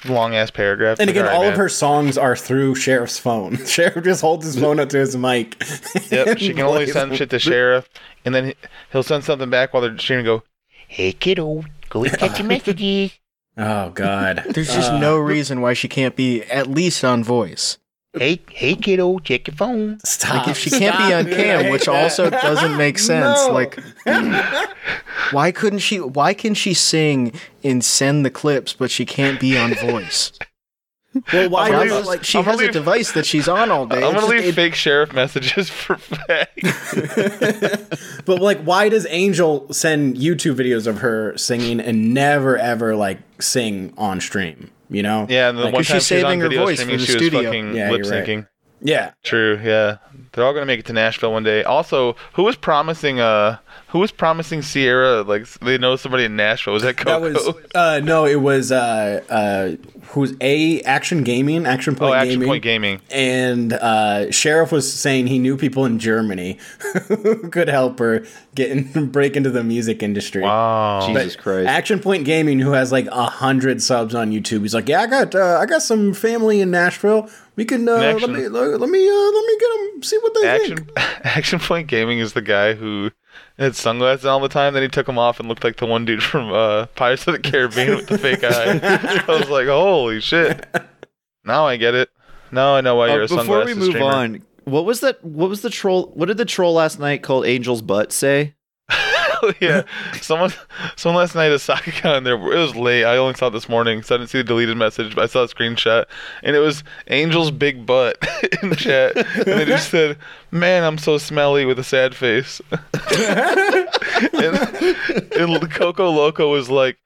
[SPEAKER 4] long ass paragraph.
[SPEAKER 3] Mm-hmm. and
[SPEAKER 4] Like,
[SPEAKER 3] again,
[SPEAKER 4] "All right,
[SPEAKER 3] all
[SPEAKER 4] man."
[SPEAKER 3] of her songs are through Sheriff's phone. Sheriff just holds his phone up to his mic.
[SPEAKER 4] Yep, she can only send shit to sheriff, and then he- he'll send something back while they're streaming. and Go, hey kiddo, go and catch your messages.
[SPEAKER 3] Oh God.
[SPEAKER 5] There's just no reason why she can't be at least on voice.
[SPEAKER 4] Hey, hey kiddo, check your phone.
[SPEAKER 3] Ah, Stop.
[SPEAKER 5] Like if she can't be on cam, which also doesn't make sense. Like why couldn't she why can she sing and send the clips but she can't be on voice?
[SPEAKER 3] well, why
[SPEAKER 5] Sounds
[SPEAKER 4] leave-
[SPEAKER 5] like she
[SPEAKER 4] I'm gonna
[SPEAKER 5] has a
[SPEAKER 4] leave-
[SPEAKER 5] device that she's on all day.
[SPEAKER 4] I'm
[SPEAKER 5] It's
[SPEAKER 4] gonna
[SPEAKER 5] just-
[SPEAKER 4] leave
[SPEAKER 5] it-
[SPEAKER 4] fake sheriff messages for facts.
[SPEAKER 3] But like, why does Angel send YouTube videos of her singing and never ever like sing on stream? You know?
[SPEAKER 4] Yeah, and the
[SPEAKER 3] Like,
[SPEAKER 4] one
[SPEAKER 5] is she
[SPEAKER 4] time she was on
[SPEAKER 5] saving her
[SPEAKER 4] video
[SPEAKER 5] voice
[SPEAKER 4] streaming,
[SPEAKER 5] for the
[SPEAKER 4] she was
[SPEAKER 5] studio?
[SPEAKER 4] fucking
[SPEAKER 3] Yeah, you're
[SPEAKER 4] lip
[SPEAKER 3] right.
[SPEAKER 4] syncing.
[SPEAKER 3] yeah.
[SPEAKER 4] True, yeah. They're all gonna make it to Nashville one day. Also, who was promising? Uh, who was promising Sierra? Like s- they know somebody in Nashville. Was that Coco?
[SPEAKER 3] That was uh, no, it was uh, uh, who's a Action Gaming, Action
[SPEAKER 4] oh,
[SPEAKER 3] Point
[SPEAKER 4] Action
[SPEAKER 3] Gaming,
[SPEAKER 4] Point Gaming.
[SPEAKER 3] and uh, Sheriff was saying he knew people in Germany who could help her get in, break into the music industry.
[SPEAKER 4] Wow.
[SPEAKER 2] Jesus Christ.
[SPEAKER 3] Action Point Gaming, who has like a hundred subs on YouTube, he's like, "Yeah, I got, uh, I got some family in Nashville. We can uh, let
[SPEAKER 4] Connection.
[SPEAKER 3] me, let, let me, uh, let me get them, see what they
[SPEAKER 4] Action
[SPEAKER 3] think."
[SPEAKER 4] Action Point Gaming is the guy who had sunglasses on all the time. Then he took them off and looked like the one dude from uh, Pirates of the Caribbean with the fake eye. I was like, holy shit! Now I get it. Now I know why
[SPEAKER 2] Uh,
[SPEAKER 4] Oh, you're a
[SPEAKER 2] before
[SPEAKER 4] sunglasses
[SPEAKER 2] we move
[SPEAKER 4] streamer.
[SPEAKER 2] on, what was that? What was the troll? What did the troll last night called Angel's butt say?
[SPEAKER 4] Oh, yeah, someone, someone last night a sock account in there. It was late. I only saw it this morning, so I didn't see the deleted message. But I saw a screenshot, and it was Angel's big butt in the chat, and they just said, "Man, I'm so smelly" with a sad face. and, and Coco Loco was like.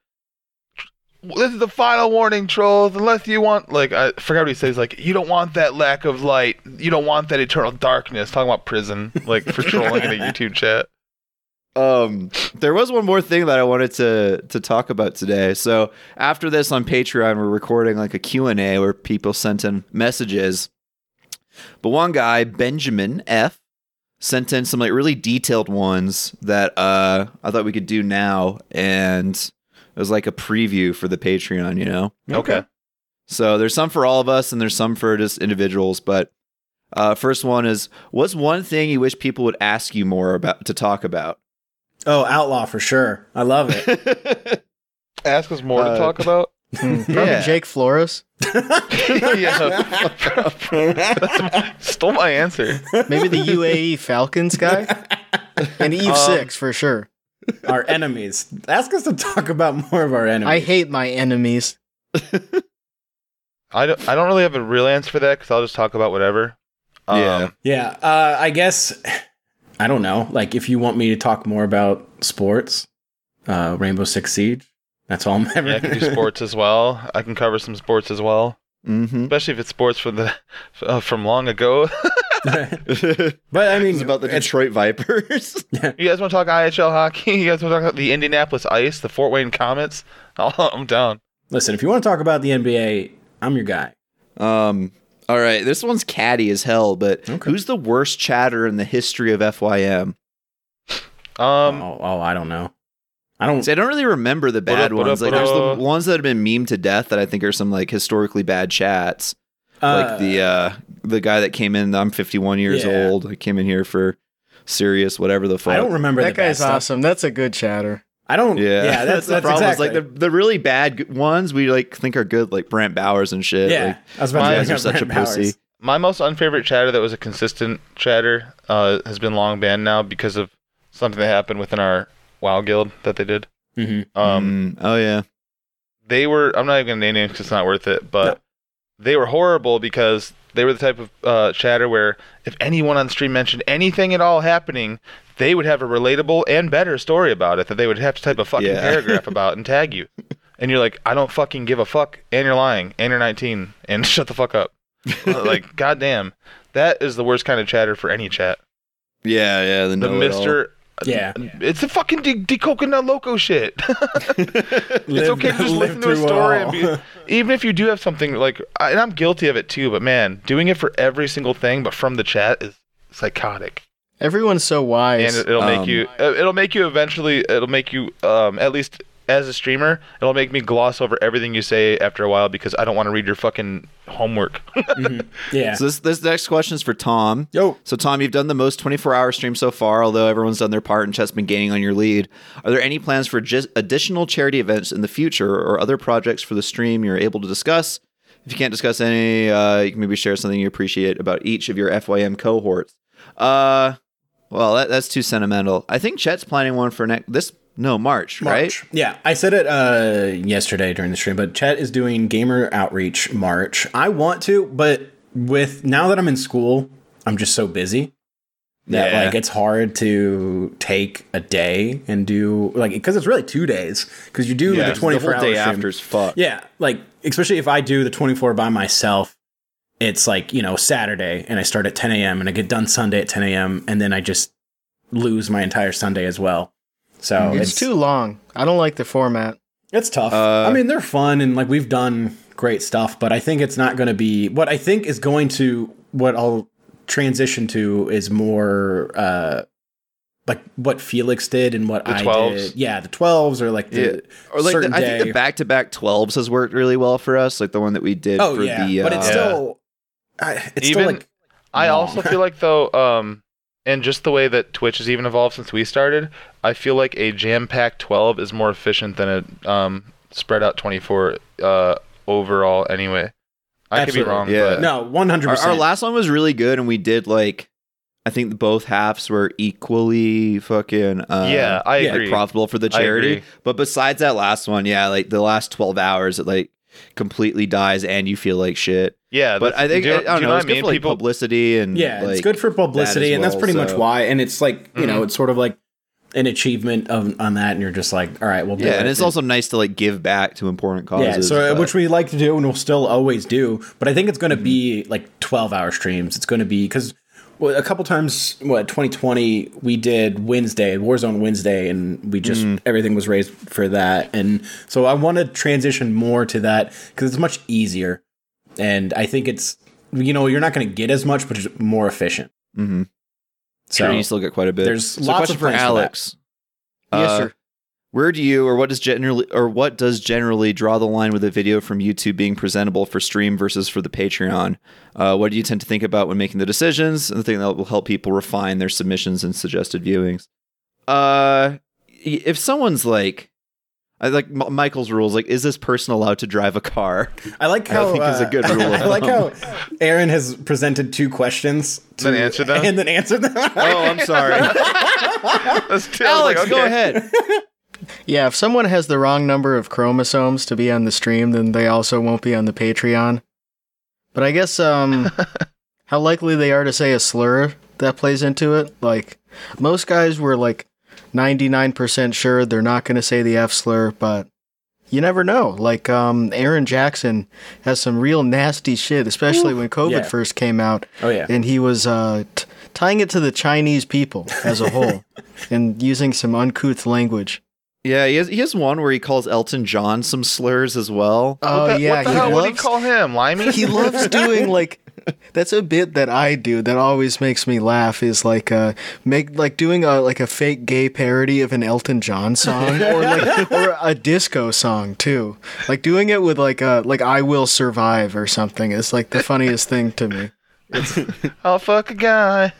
[SPEAKER 4] This is the final warning, trolls. Unless you want, like, I forgot what he said. He's like, you don't want that lack of light. You don't want that eternal darkness. Talking about prison, like, for trolling in a YouTube chat.
[SPEAKER 2] Um, there was one more thing that I wanted to to talk about today. So after this on Patreon, we're recording like a Q and A where people sent in messages. But one guy, Benjamin F, sent in some like really detailed ones that uh I thought we could do now, and it was like a preview for the Patreon, you know.
[SPEAKER 4] okay.
[SPEAKER 2] So there's some for all of us, and there's some for just individuals. But uh, first one is, what's one thing you wish people would ask you more about to talk about?
[SPEAKER 3] Oh, Outlaw for sure. I love it.
[SPEAKER 4] ask us more
[SPEAKER 2] Uh,
[SPEAKER 4] to talk about?
[SPEAKER 5] Hmm, probably
[SPEAKER 2] Yeah.
[SPEAKER 5] Jake Flores.
[SPEAKER 4] yeah. That's my- stole my answer.
[SPEAKER 5] Maybe the UAE Falcons guy. And Eve Six for sure.
[SPEAKER 3] our enemies. Ask us to talk about more of our enemies.
[SPEAKER 5] I hate my enemies.
[SPEAKER 4] I don't, I don't really have a real answer for that because I'll just talk about whatever. Um,
[SPEAKER 2] Yeah.
[SPEAKER 3] yeah, uh, I guess I don't know. Like, if you want me to talk more about sports, uh, Rainbow Six Siege. That's all I'm ever.
[SPEAKER 4] yeah, I can do sports as well. I can cover some sports as well,
[SPEAKER 2] Mm-hmm.
[SPEAKER 4] especially if it's sports from the uh, from long ago.
[SPEAKER 3] But I mean,
[SPEAKER 2] It's about the Detroit Vipers.
[SPEAKER 4] You guys want to talk IHL hockey? You guys want to talk about the Indianapolis Ice, the Fort Wayne Comets? Oh, I'm down.
[SPEAKER 3] listen, if you want to talk about the NBA, I'm your guy.
[SPEAKER 2] Um, all right, this one's catty as hell, but
[SPEAKER 3] Okay.
[SPEAKER 2] who's the worst chatter in the history of FYM?
[SPEAKER 4] Um,
[SPEAKER 3] oh, oh, I don't know. I don't.
[SPEAKER 2] See, I don't really remember the bad
[SPEAKER 4] Ba-da, ba-da,
[SPEAKER 2] ones. Like, there's the
[SPEAKER 4] ba-da.
[SPEAKER 2] ones that have been memed to death that I think are some like historically bad chats.
[SPEAKER 3] uh,
[SPEAKER 2] like the uh, the guy that came in. I'm 51 years
[SPEAKER 3] Yeah.
[SPEAKER 2] old. I came in here for serious, whatever the fuck.
[SPEAKER 3] I don't remember
[SPEAKER 5] that
[SPEAKER 3] the bad
[SPEAKER 5] guy's
[SPEAKER 3] stuff.
[SPEAKER 5] awesome. That's a good chatter.
[SPEAKER 3] I don't. Yeah, that's, that's,
[SPEAKER 2] the problem. It's
[SPEAKER 3] Exactly.
[SPEAKER 2] like the, the really bad g- ones we like think are good, like Brant Bowers and shit.
[SPEAKER 3] yeah,
[SPEAKER 2] Like,
[SPEAKER 3] I was about
[SPEAKER 2] you
[SPEAKER 3] to
[SPEAKER 2] guys
[SPEAKER 3] bring
[SPEAKER 2] are
[SPEAKER 3] up
[SPEAKER 2] such a
[SPEAKER 3] Brent Bowers.
[SPEAKER 2] pussy.
[SPEAKER 4] my most unfavorite chatter that was a consistent chatter uh, has been long banned now because of something that happened within our WoW guild that they did.
[SPEAKER 3] Mhm.
[SPEAKER 4] Um,
[SPEAKER 2] Mm, oh yeah.
[SPEAKER 4] they were i'm not even gonna name names 'cause it's not worth it but they were horrible because they were the type of uh, chatter where if anyone on the stream mentioned anything at all happening they would have a relatable and better story about it that they would have to type a fucking
[SPEAKER 2] Yeah.
[SPEAKER 4] paragraph about and tag you and you're like i don't fucking give a fuck and you're lying and you're 19 and shut the fuck up Uh, like goddamn that is the worst kind of chatter for any chat
[SPEAKER 2] Yeah, yeah. The,
[SPEAKER 4] the
[SPEAKER 2] know-it-all.
[SPEAKER 4] mr
[SPEAKER 3] Yeah.
[SPEAKER 4] it's the fucking de- decoconut loco shit it's okay to just listen to a story and be, even if you do have something like I, and i'm guilty of it too but man doing it for every single thing but from the chat is psychotic
[SPEAKER 5] Everyone's so
[SPEAKER 4] and
[SPEAKER 5] wise.
[SPEAKER 4] it, will
[SPEAKER 2] um,
[SPEAKER 4] make you uh, it'll make you eventually it'll make you um at least as a streamer it'll make me gloss over everything you say after a while because i don't want to read your fucking homework
[SPEAKER 3] yeah.
[SPEAKER 2] So this this next question is for Tom.
[SPEAKER 3] Yo.
[SPEAKER 2] So Tom, you've done the most 24-hour stream so far, although everyone's done their part and Chet's been gaining on your lead. Are there any plans for just additional charity events in the future or other projects for the stream you're able to discuss? If you can't discuss any, uh, you can maybe share something you appreciate about each of your FYM cohorts. Uh, well, that, that's too sentimental. I think Chet's planning one for next this no March, right?
[SPEAKER 3] Yeah, I said it uh, yesterday during the stream, but Chet is doing gamer outreach March. I want to, but with now that I'm in school, I'm just so busy that
[SPEAKER 2] Yeah.
[SPEAKER 3] like it's hard to take a day and do like because it's really two days because you do
[SPEAKER 2] Yeah,
[SPEAKER 3] the
[SPEAKER 2] the whole
[SPEAKER 3] 24 hour
[SPEAKER 2] day
[SPEAKER 3] stream.
[SPEAKER 2] after is fuck.
[SPEAKER 3] Yeah, like especially if I do the 24 by myself, it's like you know Saturday and I start at 10 a.m. and I get done Sunday at 10 a.m. and then I just lose my entire Sunday as well. So
[SPEAKER 5] it's, too long. I don't like the format.
[SPEAKER 3] it's tough.
[SPEAKER 2] Uh,
[SPEAKER 3] I mean, they're fun and like we've done great stuff, but I think it's not going to be what I think is going to what I'll transition to is more uh like what Felix did and what
[SPEAKER 4] The
[SPEAKER 3] I
[SPEAKER 4] 12s?
[SPEAKER 3] did. Yeah, the 12s or like the
[SPEAKER 2] Or like
[SPEAKER 3] certain
[SPEAKER 2] the, I
[SPEAKER 3] day.
[SPEAKER 2] think the back to back 12s has worked really well for us, like the one that we did
[SPEAKER 3] oh
[SPEAKER 2] for
[SPEAKER 3] yeah,
[SPEAKER 2] the uh,
[SPEAKER 3] but it's
[SPEAKER 4] Yeah.
[SPEAKER 3] still I, it's still
[SPEAKER 4] Even-
[SPEAKER 3] like
[SPEAKER 4] I
[SPEAKER 3] Long.
[SPEAKER 4] also feel like though, um, and just the way that Twitch has even evolved since we started, I feel like a jam-packed 12 is more efficient than a um, spread out 24 uh, overall. Anyway, I could
[SPEAKER 3] Absolutely.
[SPEAKER 4] be wrong.
[SPEAKER 2] Yeah.
[SPEAKER 4] but
[SPEAKER 3] no 100.
[SPEAKER 2] Our,
[SPEAKER 3] percent
[SPEAKER 2] our last one was really good, and we did like I think both halves were equally fucking uh,
[SPEAKER 4] yeah, I
[SPEAKER 3] yeah,
[SPEAKER 4] agree.
[SPEAKER 2] profitable for the
[SPEAKER 4] I
[SPEAKER 2] charity.
[SPEAKER 4] agree.
[SPEAKER 2] But besides that last one, yeah, like the last twelve hours, it like completely dies, and you feel like shit.
[SPEAKER 4] yeah,
[SPEAKER 2] But
[SPEAKER 4] that's-
[SPEAKER 2] I think
[SPEAKER 4] do you,
[SPEAKER 2] I, I
[SPEAKER 4] do
[SPEAKER 2] don't
[SPEAKER 4] you
[SPEAKER 2] know,
[SPEAKER 4] what
[SPEAKER 2] it's
[SPEAKER 4] I
[SPEAKER 2] good
[SPEAKER 4] mean?
[SPEAKER 2] for like
[SPEAKER 4] People,
[SPEAKER 2] publicity and
[SPEAKER 3] yeah
[SPEAKER 2] like,
[SPEAKER 3] it's good for publicity
[SPEAKER 2] as
[SPEAKER 3] and that's
[SPEAKER 2] well,
[SPEAKER 3] pretty much
[SPEAKER 2] so- Mm-hmm.
[SPEAKER 3] why and it's like you know it's sort of like an achievement of on that and you're just like all right we'll do
[SPEAKER 2] yeah,
[SPEAKER 3] it
[SPEAKER 2] and it's also nice to like give back to important causes.
[SPEAKER 3] yeah so uh,
[SPEAKER 2] but-
[SPEAKER 3] which we like to do and we'll still always do but i think it's going to be like 12 hour streams it's going to be because well, a couple times what 2020 we did wednesday warzone wednesday and we just
[SPEAKER 2] Mm.
[SPEAKER 3] everything was raised for that and so i want to transition more to that because it's much easier and i think it's you know you're not going to get as much but it's more efficient
[SPEAKER 2] Mhm.
[SPEAKER 3] so
[SPEAKER 2] you still get quite a bit.
[SPEAKER 3] there's
[SPEAKER 2] So
[SPEAKER 3] lots
[SPEAKER 2] question
[SPEAKER 3] of plans for that.
[SPEAKER 2] Alex.
[SPEAKER 5] yes,
[SPEAKER 2] Uh,
[SPEAKER 5] sir.
[SPEAKER 2] Where do you or what does generally or what does generally draw the line with a video from YouTube being presentable for stream versus for the Patreon? Uh, what do you tend to think about when making the decisions and the thing that will help people refine their submissions and suggested viewings? Uh, y- if someone's like, I like M- Michael's rules, like is this person allowed to drive a car?
[SPEAKER 3] I like how
[SPEAKER 2] think is a
[SPEAKER 3] uh,
[SPEAKER 2] good rule of
[SPEAKER 3] I like how
[SPEAKER 2] thumb.
[SPEAKER 3] Aaron has presented two questions to
[SPEAKER 4] Then answered them?
[SPEAKER 3] and then answered them.
[SPEAKER 2] Oh, I'm sorry,
[SPEAKER 4] That's too- I was
[SPEAKER 2] Alex,
[SPEAKER 4] like,
[SPEAKER 2] go
[SPEAKER 4] okay.
[SPEAKER 2] ahead.
[SPEAKER 5] Yeah, if someone has the wrong number of chromosomes to be on the stream, then they also won't be on the Patreon. But I guess um how likely they are to say a slur that plays into it. Like most guys were like 99% sure they're not going to say the F slur, but you never know. Like um, Aaron Jackson has some real nasty shit, especially when COVID
[SPEAKER 3] Yeah.
[SPEAKER 5] first came out.
[SPEAKER 3] Oh, yeah.
[SPEAKER 5] and he was uh, t- tying it to the Chinese people as a whole, and using some uncouth language.
[SPEAKER 2] Yeah, he has, he has one where he calls Elton John some slurs as well.
[SPEAKER 5] Oh
[SPEAKER 4] what the,
[SPEAKER 5] yeah,
[SPEAKER 4] what the
[SPEAKER 5] he
[SPEAKER 4] hell
[SPEAKER 5] loves
[SPEAKER 4] would he call him? Limey?
[SPEAKER 5] he loves doing like that's a bit that I do that always makes me laugh is like uh make like doing a like a fake gay parody of an Elton John song or like or a disco song too. Like doing it with like uh like I Will Survive or something is like the funniest thing to me.
[SPEAKER 4] I'll fuck a guy.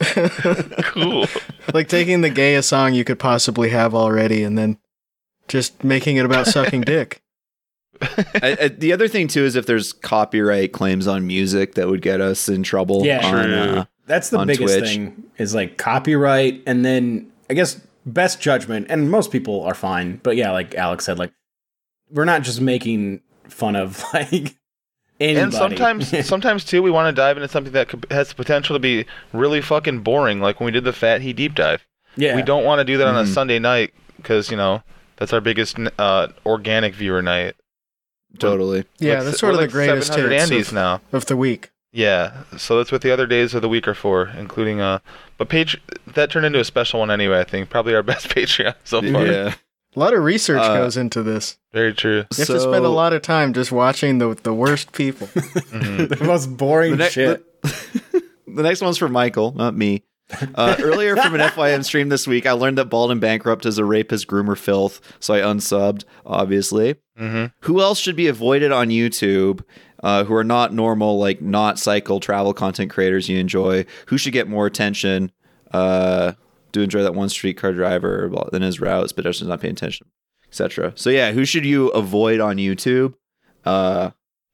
[SPEAKER 4] cool.
[SPEAKER 5] Like taking the gayest song you could possibly have already and then just making it about sucking dick.
[SPEAKER 2] I, I, the other thing too is if there's copyright claims on music that would get us in trouble.
[SPEAKER 3] Yeah.
[SPEAKER 2] on,
[SPEAKER 4] True.
[SPEAKER 2] uh,
[SPEAKER 3] That's the
[SPEAKER 2] on
[SPEAKER 3] biggest
[SPEAKER 2] Twitch.
[SPEAKER 3] thing is like copyright and then I guess best judgment and most people are fine. But yeah, like Alex said, like we're not just making fun of like anybody.
[SPEAKER 4] And sometimes, sometimes too, we want to dive into something that could, has the potential to be really fucking boring. Like when we did the Fat He Deep Dive.
[SPEAKER 3] yeah.
[SPEAKER 4] We don't want to do that on a
[SPEAKER 2] Mhm.
[SPEAKER 4] Sunday night because you know that's our biggest uh, organic viewer night.
[SPEAKER 2] totally.
[SPEAKER 5] Yeah,
[SPEAKER 4] Like,
[SPEAKER 5] that's
[SPEAKER 4] we're
[SPEAKER 5] sort of
[SPEAKER 4] like
[SPEAKER 5] the greatest
[SPEAKER 4] 700
[SPEAKER 5] hits
[SPEAKER 4] Andes
[SPEAKER 5] of,
[SPEAKER 4] now.
[SPEAKER 5] of the week.
[SPEAKER 4] Yeah, so that's what the other days of the week are for, including uh, but page that turned into a special one anyway. I think probably our best Patreon so far.
[SPEAKER 2] Yeah.
[SPEAKER 5] A lot of research
[SPEAKER 2] Uh,
[SPEAKER 5] goes into this.
[SPEAKER 4] Very true.
[SPEAKER 5] You have to spend a lot of time just watching the the worst people.
[SPEAKER 4] Mhm.
[SPEAKER 3] the most boring
[SPEAKER 2] The ne-
[SPEAKER 3] shit.
[SPEAKER 2] The next one's for Michael, not me. Uh, earlier from an FYM stream this week, I learned that Bald and Bankrupt is a rapist, groomer, filth, so I unsubbed, obviously.
[SPEAKER 4] Mhm.
[SPEAKER 2] Who else should be avoided on YouTube uh, who are not normal, like not cycle travel content creators you enjoy? Who should get more attention? Uh, do enjoy that one streetcar driver in his routes, but just not paying attention, etc. So, yeah, who should you avoid on YouTube? Uh,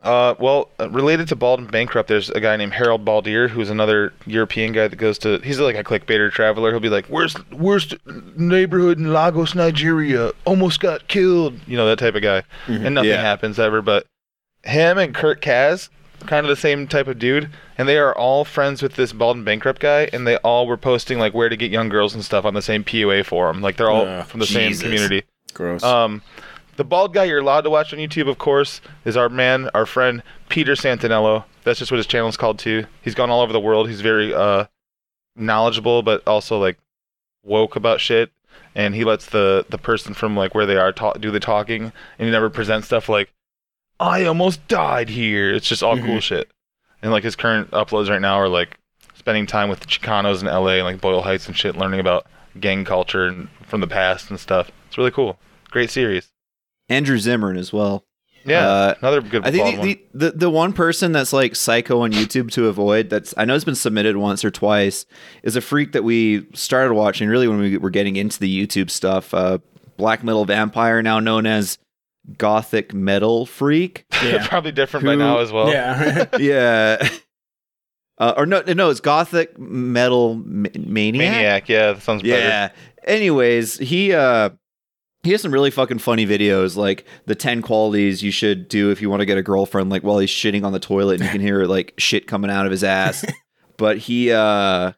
[SPEAKER 4] Uh, well, uh, related to Bald and Bankrupt, there's a guy named Harold Baldier, who's another European guy that goes to. He's like a clickbaiter traveler. He'll be like, "Worst, worst neighborhood in Lagos, Nigeria, almost got killed." You know that type of guy, and nothing
[SPEAKER 2] Mm-hmm. Yeah.
[SPEAKER 4] happens ever. But him and Kurt Kaz, kind of the same type of dude, and they are all friends with this Bald and Bankrupt guy, and they all were posting like where to get young girls and stuff on the same POA forum. Like they're all
[SPEAKER 3] Ugh,
[SPEAKER 4] from the
[SPEAKER 2] Oh, Jesus.
[SPEAKER 4] same community.
[SPEAKER 3] Gross.
[SPEAKER 4] Um, the bald guy you're allowed to watch on YouTube, of course, is our man, our friend Peter Santinello. That's just what his channel is called too. He's gone all over the world. He's very uh, knowledgeable, but also like woke about shit. And he lets the the person from like where they are ta- do the talking, and he never presents stuff like "I almost died here." It's just all cool shit. And like his current uploads right now are like spending time with the Chicanos in LA and like Boyle Heights and shit, learning about gang culture and from the past and stuff. It's really cool. Great series.
[SPEAKER 2] Andrew Zimmern as well.
[SPEAKER 4] Yeah,
[SPEAKER 2] Uh,
[SPEAKER 4] another good
[SPEAKER 2] I
[SPEAKER 4] bald
[SPEAKER 2] think
[SPEAKER 4] one.
[SPEAKER 2] the, the, the, the one person that's like psycho on YouTube to avoid that's I know it's been submitted once or twice is a freak that we started watching really when we were getting into the YouTube stuff. Uh, black metal vampire, now known as gothic metal freak.
[SPEAKER 3] yeah.
[SPEAKER 4] Probably different by
[SPEAKER 2] Who-
[SPEAKER 4] now as well.
[SPEAKER 3] yeah.
[SPEAKER 2] yeah. Uh, or no, no, it's gothic metal ma- maniac.
[SPEAKER 4] Maniac. Yeah, that sounds better.
[SPEAKER 2] Yeah. Anyways, he uh he has some really fucking funny videos like the 10 qualities you should do if you want to get a girlfriend like while he's shitting on the toilet and you can hear like shit coming out of his ass. but he uh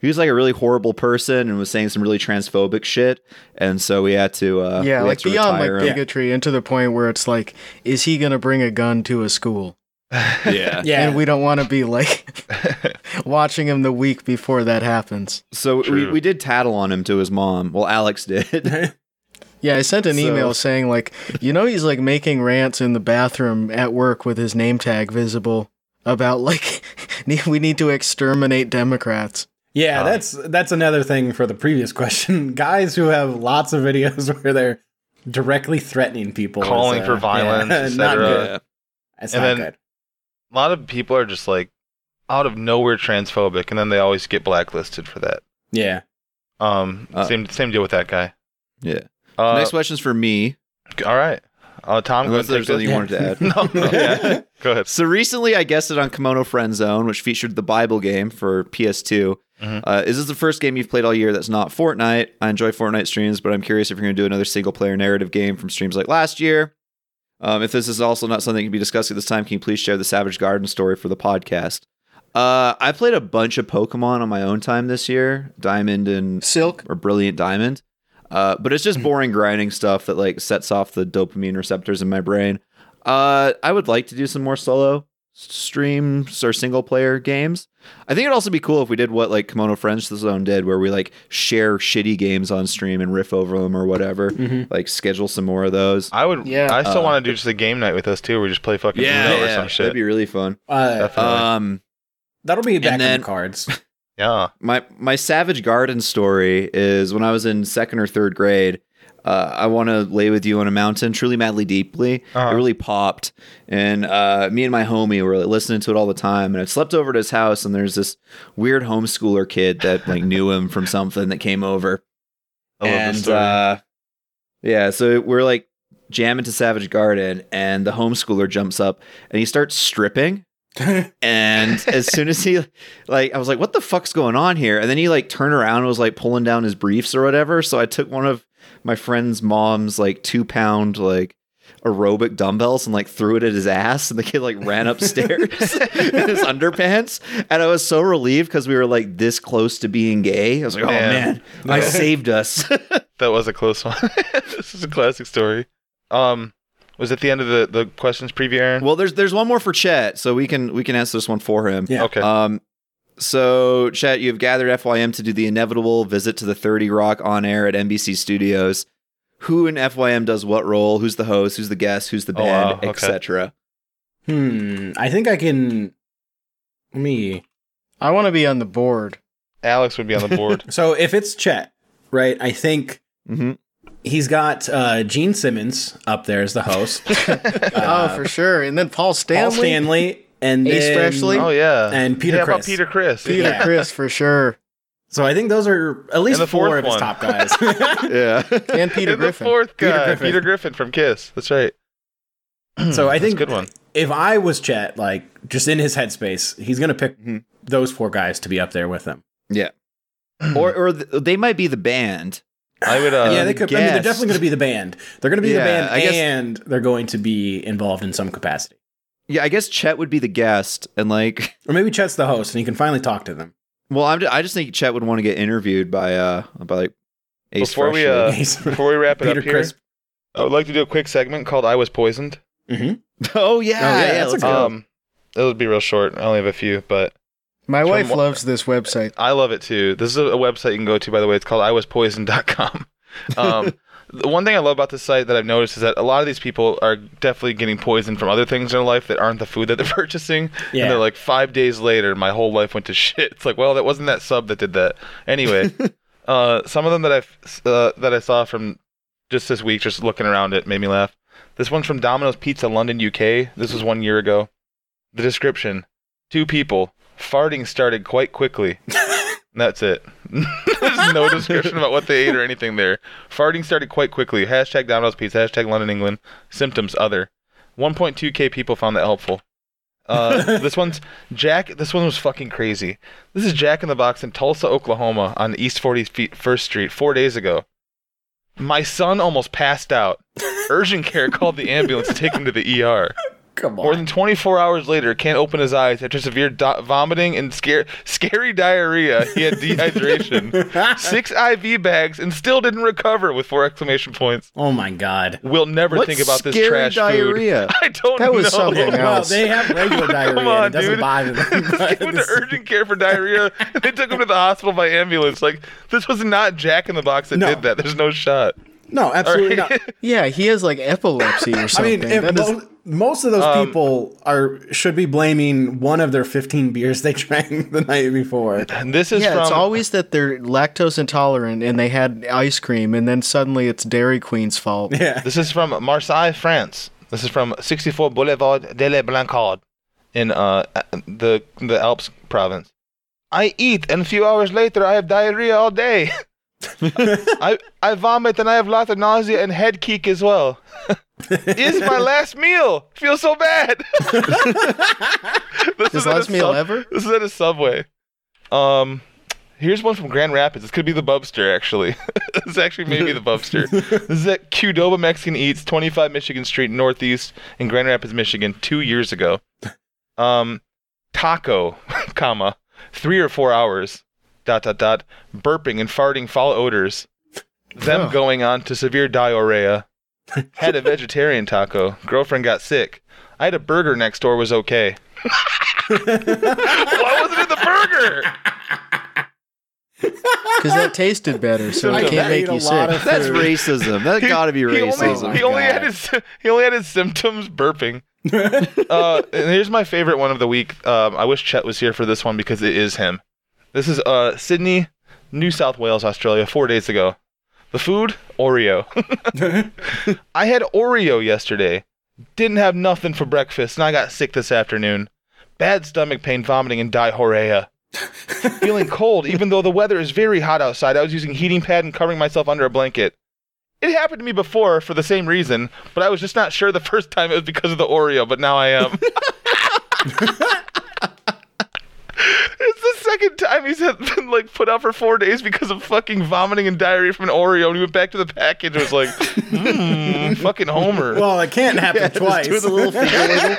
[SPEAKER 2] he was like a really horrible person and was saying some really transphobic shit and so we had to uh
[SPEAKER 5] yeah,
[SPEAKER 2] we
[SPEAKER 5] like
[SPEAKER 2] had to
[SPEAKER 5] beyond like
[SPEAKER 2] retire him.
[SPEAKER 5] bigotry and to the point where it's like, is he gonna bring a gun to a school?
[SPEAKER 2] yeah.
[SPEAKER 3] Yeah.
[SPEAKER 5] And we don't want to be like watching him the week before that happens.
[SPEAKER 2] So we,
[SPEAKER 4] True.
[SPEAKER 2] we did tattle on him to his mom. Well, Alex did.
[SPEAKER 5] Yeah, I sent an
[SPEAKER 2] So-
[SPEAKER 5] email saying like, you know, he's like making rants in the bathroom at work with his name tag visible about like we need to exterminate Democrats.
[SPEAKER 2] Um,
[SPEAKER 3] Yeah, that's that's another thing for the previous question. Guys who have lots of videos where they're directly threatening people, is,
[SPEAKER 4] Calling
[SPEAKER 2] uh,
[SPEAKER 4] for violence,
[SPEAKER 3] yeah,
[SPEAKER 4] et
[SPEAKER 3] not
[SPEAKER 4] cetera.
[SPEAKER 3] good.
[SPEAKER 2] Yeah.
[SPEAKER 3] That's
[SPEAKER 4] And
[SPEAKER 3] not
[SPEAKER 4] then-
[SPEAKER 3] good.
[SPEAKER 4] A lot of people are just like out of nowhere transphobic, and then they always get blacklisted for that.
[SPEAKER 3] Yeah,
[SPEAKER 4] Um,
[SPEAKER 2] Uh.
[SPEAKER 4] same same deal with that guy.
[SPEAKER 2] yeah.
[SPEAKER 4] Uh,
[SPEAKER 2] Next question's for me.
[SPEAKER 4] all right. Uh, Tom,
[SPEAKER 2] Unless
[SPEAKER 4] go ahead
[SPEAKER 2] there's something
[SPEAKER 4] and take
[SPEAKER 2] you wanted to add.
[SPEAKER 4] this. No, no, yeah. Go ahead.
[SPEAKER 2] So recently, I guested on Kimono Friend Zone, which featured the Bible game for PS2.
[SPEAKER 4] Mhm.
[SPEAKER 2] Uh, is this the first game you've played all year that's not Fortnite? I enjoy Fortnite streams, but I'm curious if you're going to do another single player narrative game from streams like last year. Um, if this is also not something that can be discussed at this time, can you please share the Savage Garden story for the podcast? Uh, I played a bunch of Pokemon on my own time this year, Diamond and
[SPEAKER 5] Silk.
[SPEAKER 2] or Brilliant Diamond. Uh, but it's just boring grinding stuff that like sets off the dopamine receptors in my brain. Uh, I would like to do some more solo streams or single player games. I think it'd also be cool if we did what like Kimono Friends Zone did, where we like share shitty games on stream and riff over them or whatever.
[SPEAKER 3] Mm-hmm.
[SPEAKER 2] Like schedule some more of those.
[SPEAKER 4] I would.
[SPEAKER 5] Yeah.
[SPEAKER 4] Yeah. I still want to do just a game night with us too, where we just play fucking Uno
[SPEAKER 3] Yeah,
[SPEAKER 4] or some
[SPEAKER 2] that'd
[SPEAKER 4] shit.
[SPEAKER 2] be really fun.
[SPEAKER 3] Uh,
[SPEAKER 4] Definitely.
[SPEAKER 2] Um,
[SPEAKER 3] that'll be back in
[SPEAKER 2] then-
[SPEAKER 3] the cards.
[SPEAKER 4] yeah.
[SPEAKER 2] my my Savage Garden story is when I was in second or third grade. Uh, I want to lay with you on a mountain, truly, madly, deeply.
[SPEAKER 4] Uh-huh.
[SPEAKER 2] It really popped, and uh, me and my homie were like, listening to it all the time. And I slept over at his house, and there's this weird homeschooler kid that like knew him from something that came over,
[SPEAKER 4] I love
[SPEAKER 2] and
[SPEAKER 4] this story.
[SPEAKER 2] uh, yeah, so we're like jamming to Savage Garden, and the homeschooler jumps up and he starts stripping. And as soon as he, like, I was like, what the fuck's going on here? And then he, like, turned around and was, like, pulling down his briefs or whatever. So I took one of my friend's mom's, like, two pound, like, aerobic dumbbells and, like, threw it at his ass. And the kid, like, ran upstairs in his underpants. And I was so relieved because we were, like, this close to being gay. I was like, oh,
[SPEAKER 4] Yeah.
[SPEAKER 2] man, I saved us.
[SPEAKER 4] that was a close one. this is a classic story. Um, was it the end of the the questions preview, Aaron?
[SPEAKER 2] well, there's there's one more for Chet, so we can we can answer this one for him.
[SPEAKER 3] Yeah.
[SPEAKER 4] okay.
[SPEAKER 2] Um, so, Chet, you've gathered FYM to do the inevitable visit to the 30 Rock on air at NBC Studios. Who in FYM does what role? Who's the host? Who's the guest? Who's the
[SPEAKER 4] Oh,
[SPEAKER 2] band?
[SPEAKER 4] wow, okay.
[SPEAKER 2] Etc.
[SPEAKER 3] Hmm. I think I can. Let me.
[SPEAKER 5] I want to be on the board.
[SPEAKER 4] Alex would be on the board.
[SPEAKER 3] So if it's Chet, right? I think
[SPEAKER 2] hmm
[SPEAKER 3] he's got uh, Gene Simmons up there as the host. Uh,
[SPEAKER 5] oh, for sure. And then Paul
[SPEAKER 3] Paul
[SPEAKER 5] Stanley,
[SPEAKER 3] Stanley and
[SPEAKER 5] Ace
[SPEAKER 3] then,
[SPEAKER 5] Frehley.
[SPEAKER 4] oh yeah.
[SPEAKER 3] and Peter
[SPEAKER 4] yeah, about
[SPEAKER 3] Criss.
[SPEAKER 4] Peter Chris.
[SPEAKER 5] Peter
[SPEAKER 3] Yeah.
[SPEAKER 5] Chris for sure,
[SPEAKER 3] So I think those are at least
[SPEAKER 4] And the
[SPEAKER 3] four
[SPEAKER 4] fourth
[SPEAKER 3] of his
[SPEAKER 4] one. Hmm,
[SPEAKER 3] top guys.
[SPEAKER 2] Yeah.
[SPEAKER 5] and Peter
[SPEAKER 4] and
[SPEAKER 5] Griffin.
[SPEAKER 4] The fourth
[SPEAKER 3] Peter
[SPEAKER 4] guy, Peter
[SPEAKER 3] Griffin.
[SPEAKER 4] Griffin. from Kiss. That's right.
[SPEAKER 3] so I
[SPEAKER 4] That's
[SPEAKER 3] think
[SPEAKER 4] a good one.
[SPEAKER 3] if I was Chet, like just in his headspace, he's gonna pick
[SPEAKER 4] Mm-hmm.
[SPEAKER 2] Mhm.
[SPEAKER 3] those four guys to be up there with him.
[SPEAKER 2] or or th- they might be the band.
[SPEAKER 4] I would. Uh,
[SPEAKER 3] yeah, they
[SPEAKER 2] I
[SPEAKER 3] could. I mean, they're
[SPEAKER 2] guess.
[SPEAKER 3] definitely gonna be the band. They're gonna be
[SPEAKER 2] Yeah,
[SPEAKER 3] the band,
[SPEAKER 2] I guess-
[SPEAKER 3] and they're going to be involved in some capacity.
[SPEAKER 2] Yeah, I guess Chet would be the guest, and like,
[SPEAKER 3] Or maybe Chet's the host, and he can finally talk to them.
[SPEAKER 2] well, I'm, I just think Chet would want to get interviewed by uh by like Ace
[SPEAKER 4] Before we,
[SPEAKER 2] Frehley.
[SPEAKER 4] Uh, before we wrap it
[SPEAKER 3] Peter
[SPEAKER 4] up here,
[SPEAKER 3] Crisp.
[SPEAKER 4] I would like to do a quick segment called "I Was Poisoned."
[SPEAKER 3] Mm-hmm.
[SPEAKER 2] oh yeah,
[SPEAKER 3] Oh, yeah,
[SPEAKER 2] yeah,
[SPEAKER 3] that's a
[SPEAKER 2] let's
[SPEAKER 3] good-
[SPEAKER 2] go.
[SPEAKER 4] Um, it'll be real short. I only have a few, but
[SPEAKER 5] My
[SPEAKER 4] From
[SPEAKER 5] wife
[SPEAKER 4] what-
[SPEAKER 5] loves this website.
[SPEAKER 4] I love it too. This is a, a website you can go to, by the way. It's called iwaspoisoned.com. Um, the one thing I love about this site that I've noticed is that a lot of these people are definitely getting poisoned from other things in their life that aren't the food that they're purchasing.
[SPEAKER 3] Yeah.
[SPEAKER 4] And they're like, five days later, my whole life went to shit. It's like, well, that wasn't that sub that did that. Anyway, uh, some of them that I've uh, that I saw from just this week, just looking around it, made me laugh. This one's from Domino's Pizza, London, UK. This was one year ago. The description: Two people farting started quite quickly. And That's it. There's no description about what they ate or anything there. Farting started quite quickly. Hashtag Domino's Pizza. Hashtag London, England. Symptoms other. 1.2k people found that helpful. Uh, this one's Jack. This one was fucking crazy. This is Jack in the Box in Tulsa, Oklahoma, on East 41st Street, four days ago. My son almost passed out. Urgent care called the ambulance to take him to the ER.
[SPEAKER 3] Come
[SPEAKER 4] More
[SPEAKER 3] on.
[SPEAKER 4] than 24 hours later, can't open his eyes after severe do- vomiting and scare- scary diarrhea. He had dehydration, six IV bags, and still didn't recover with four exclamation points.
[SPEAKER 3] Oh my god.
[SPEAKER 4] We'll never
[SPEAKER 2] What
[SPEAKER 4] think about this
[SPEAKER 2] scary
[SPEAKER 4] trash
[SPEAKER 2] diarrhea?
[SPEAKER 4] food. I don't
[SPEAKER 5] That
[SPEAKER 4] know.
[SPEAKER 5] was something
[SPEAKER 3] Well,
[SPEAKER 5] else.
[SPEAKER 3] they have regular diarrhea.
[SPEAKER 4] Come
[SPEAKER 3] and
[SPEAKER 4] on,
[SPEAKER 3] it doesn't
[SPEAKER 4] dude.
[SPEAKER 3] bother them.
[SPEAKER 4] They
[SPEAKER 3] but
[SPEAKER 4] went to
[SPEAKER 3] this-
[SPEAKER 4] urgent care for diarrhea. and they took him to the hospital by ambulance. Like this was not Jack in the Box that
[SPEAKER 3] No.
[SPEAKER 4] did that. There's no shot.
[SPEAKER 3] no, absolutely not.
[SPEAKER 5] Yeah, he has like epilepsy or
[SPEAKER 3] I
[SPEAKER 5] something.
[SPEAKER 3] mean, if
[SPEAKER 5] That is-
[SPEAKER 3] mo- most of those
[SPEAKER 4] Um,
[SPEAKER 3] people are should be blaming one of their 15 beers they drank the night before.
[SPEAKER 4] And this is
[SPEAKER 5] yeah,
[SPEAKER 4] from
[SPEAKER 5] it's always that they're lactose intolerant and they had ice cream, and then suddenly it's Dairy Queen's fault.
[SPEAKER 3] Yeah.
[SPEAKER 4] This is from Marseille, France. This is from 64 Boulevard de la Blancarde in uh, the the Alps province. I eat, and a few hours later, I have diarrhea all day. I I vomit, and I have lots of nausea and head kick as well. this is my last meal. Feel so bad. this
[SPEAKER 5] His
[SPEAKER 4] at a
[SPEAKER 5] last meal ever?
[SPEAKER 4] This is at a subway. Um, here's one from Grand Rapids. This could be the Bubster, actually. this actually may be the Bubster. this is at Qdoba Mexican Eats, 25 Michigan Street Northeast in Grand Rapids, Michigan, two years ago. Um, taco, comma, three or four hours, dot, dot, dot, burping and farting foul odors. them
[SPEAKER 5] Oh.
[SPEAKER 4] going on to severe diarrhea. Had a vegetarian taco. Girlfriend got sick. I had a burger next door was okay. Why wasn't it the burger?
[SPEAKER 5] because that tasted better, so
[SPEAKER 4] I
[SPEAKER 5] it
[SPEAKER 4] bet
[SPEAKER 5] can't make
[SPEAKER 3] ate a
[SPEAKER 5] you
[SPEAKER 3] lot
[SPEAKER 5] sick.
[SPEAKER 3] of-
[SPEAKER 2] That's
[SPEAKER 3] Dude.
[SPEAKER 2] racism. That got to be
[SPEAKER 4] He
[SPEAKER 2] racism.
[SPEAKER 4] only, he only
[SPEAKER 3] God.
[SPEAKER 4] had his he only had his symptoms burping. uh, and here's my favorite one of the week. Um, I wish Chet was here for this one because it is him. This is uh, Sydney, New South Wales, Australia, four days ago. The food Oreo. I had Oreo yesterday. Didn't have nothing for breakfast, and I got sick this afternoon. Bad stomach pain, vomiting, and diarrhea. Feeling cold, even though the weather is very hot outside. I was using heating pad and covering myself under a blanket. It happened to me before for the same reason, but I was just not sure the first time it was because of the Oreo, but now I am. it's the second time he's had been like put out for four days because of fucking vomiting and diarrhea from an Oreo. And he went back to the package and was like, mm, fucking Homer.
[SPEAKER 3] well, it can't happen twice.
[SPEAKER 2] Just doing the little finger wiggle.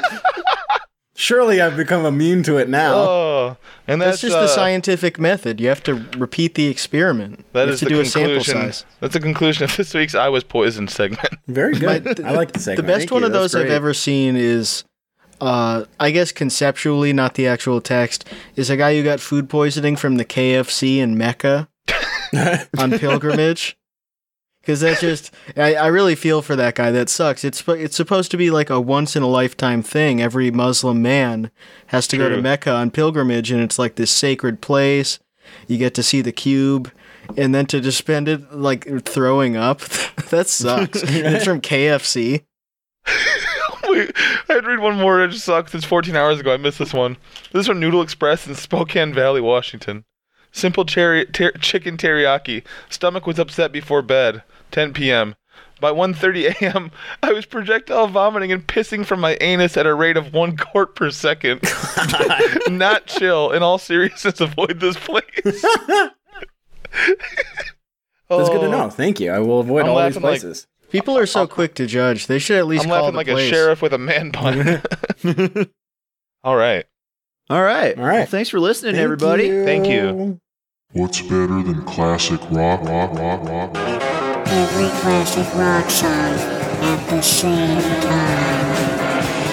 [SPEAKER 3] Surely I've become immune to it now.
[SPEAKER 4] oh, and that's,
[SPEAKER 5] That's just the
[SPEAKER 4] uh,
[SPEAKER 5] scientific method. You have to repeat the experiment.
[SPEAKER 4] That
[SPEAKER 5] you
[SPEAKER 4] is
[SPEAKER 5] have to
[SPEAKER 4] the
[SPEAKER 5] do a
[SPEAKER 4] conclusion.
[SPEAKER 5] sample size.
[SPEAKER 4] That's the conclusion of this week's "I Was Poisoned" segment.
[SPEAKER 3] Very good. I like the
[SPEAKER 5] The
[SPEAKER 3] segment.
[SPEAKER 5] best
[SPEAKER 3] Thank
[SPEAKER 5] one
[SPEAKER 3] you.
[SPEAKER 5] of
[SPEAKER 3] That
[SPEAKER 5] those
[SPEAKER 3] was
[SPEAKER 5] I've
[SPEAKER 3] great.
[SPEAKER 5] ever seen is, uh, I guess conceptually, not the actual text, is a guy who got food poisoning from the KFC in Mecca on pilgrimage. Because that's just, I, I really feel for that guy. That sucks. It's sp- it's supposed to be like a once in a lifetime thing. Every Muslim man has to go to
[SPEAKER 4] True.
[SPEAKER 5] Mecca on pilgrimage, and it's like this sacred place. You get to see the cube, and then to just spend it like throwing up, that sucks. and it's from KFC.
[SPEAKER 4] Wait, I had to read one more. I just sucks. It's 14 hours ago. I missed this one. This is from Noodle Express in Spokane Valley, Washington. Simple cherry, ter- chicken teriyaki. Stomach was upset before bed. 10 p.m. By 1:30 a.m., I was projectile vomiting and pissing from my anus at a rate of one quart per second. Not chill. In all seriousness, avoid this place.
[SPEAKER 3] That's good to know. Thank you. I will avoid
[SPEAKER 4] Oh. I'm
[SPEAKER 3] all these
[SPEAKER 4] laughing like-
[SPEAKER 3] places.
[SPEAKER 5] People are so quick to judge. They should at least
[SPEAKER 4] I'm
[SPEAKER 5] call
[SPEAKER 4] laughing
[SPEAKER 5] the
[SPEAKER 4] like
[SPEAKER 5] place.
[SPEAKER 4] a sheriff with a man bun. All right.
[SPEAKER 2] All right.
[SPEAKER 3] All right.
[SPEAKER 2] Well, thanks for listening,
[SPEAKER 3] Thank
[SPEAKER 2] everybody.
[SPEAKER 3] you.
[SPEAKER 4] Thank you.
[SPEAKER 1] What's better than classic rock, rock, rock, rock, rock?
[SPEAKER 6] every classic rock song at the same time.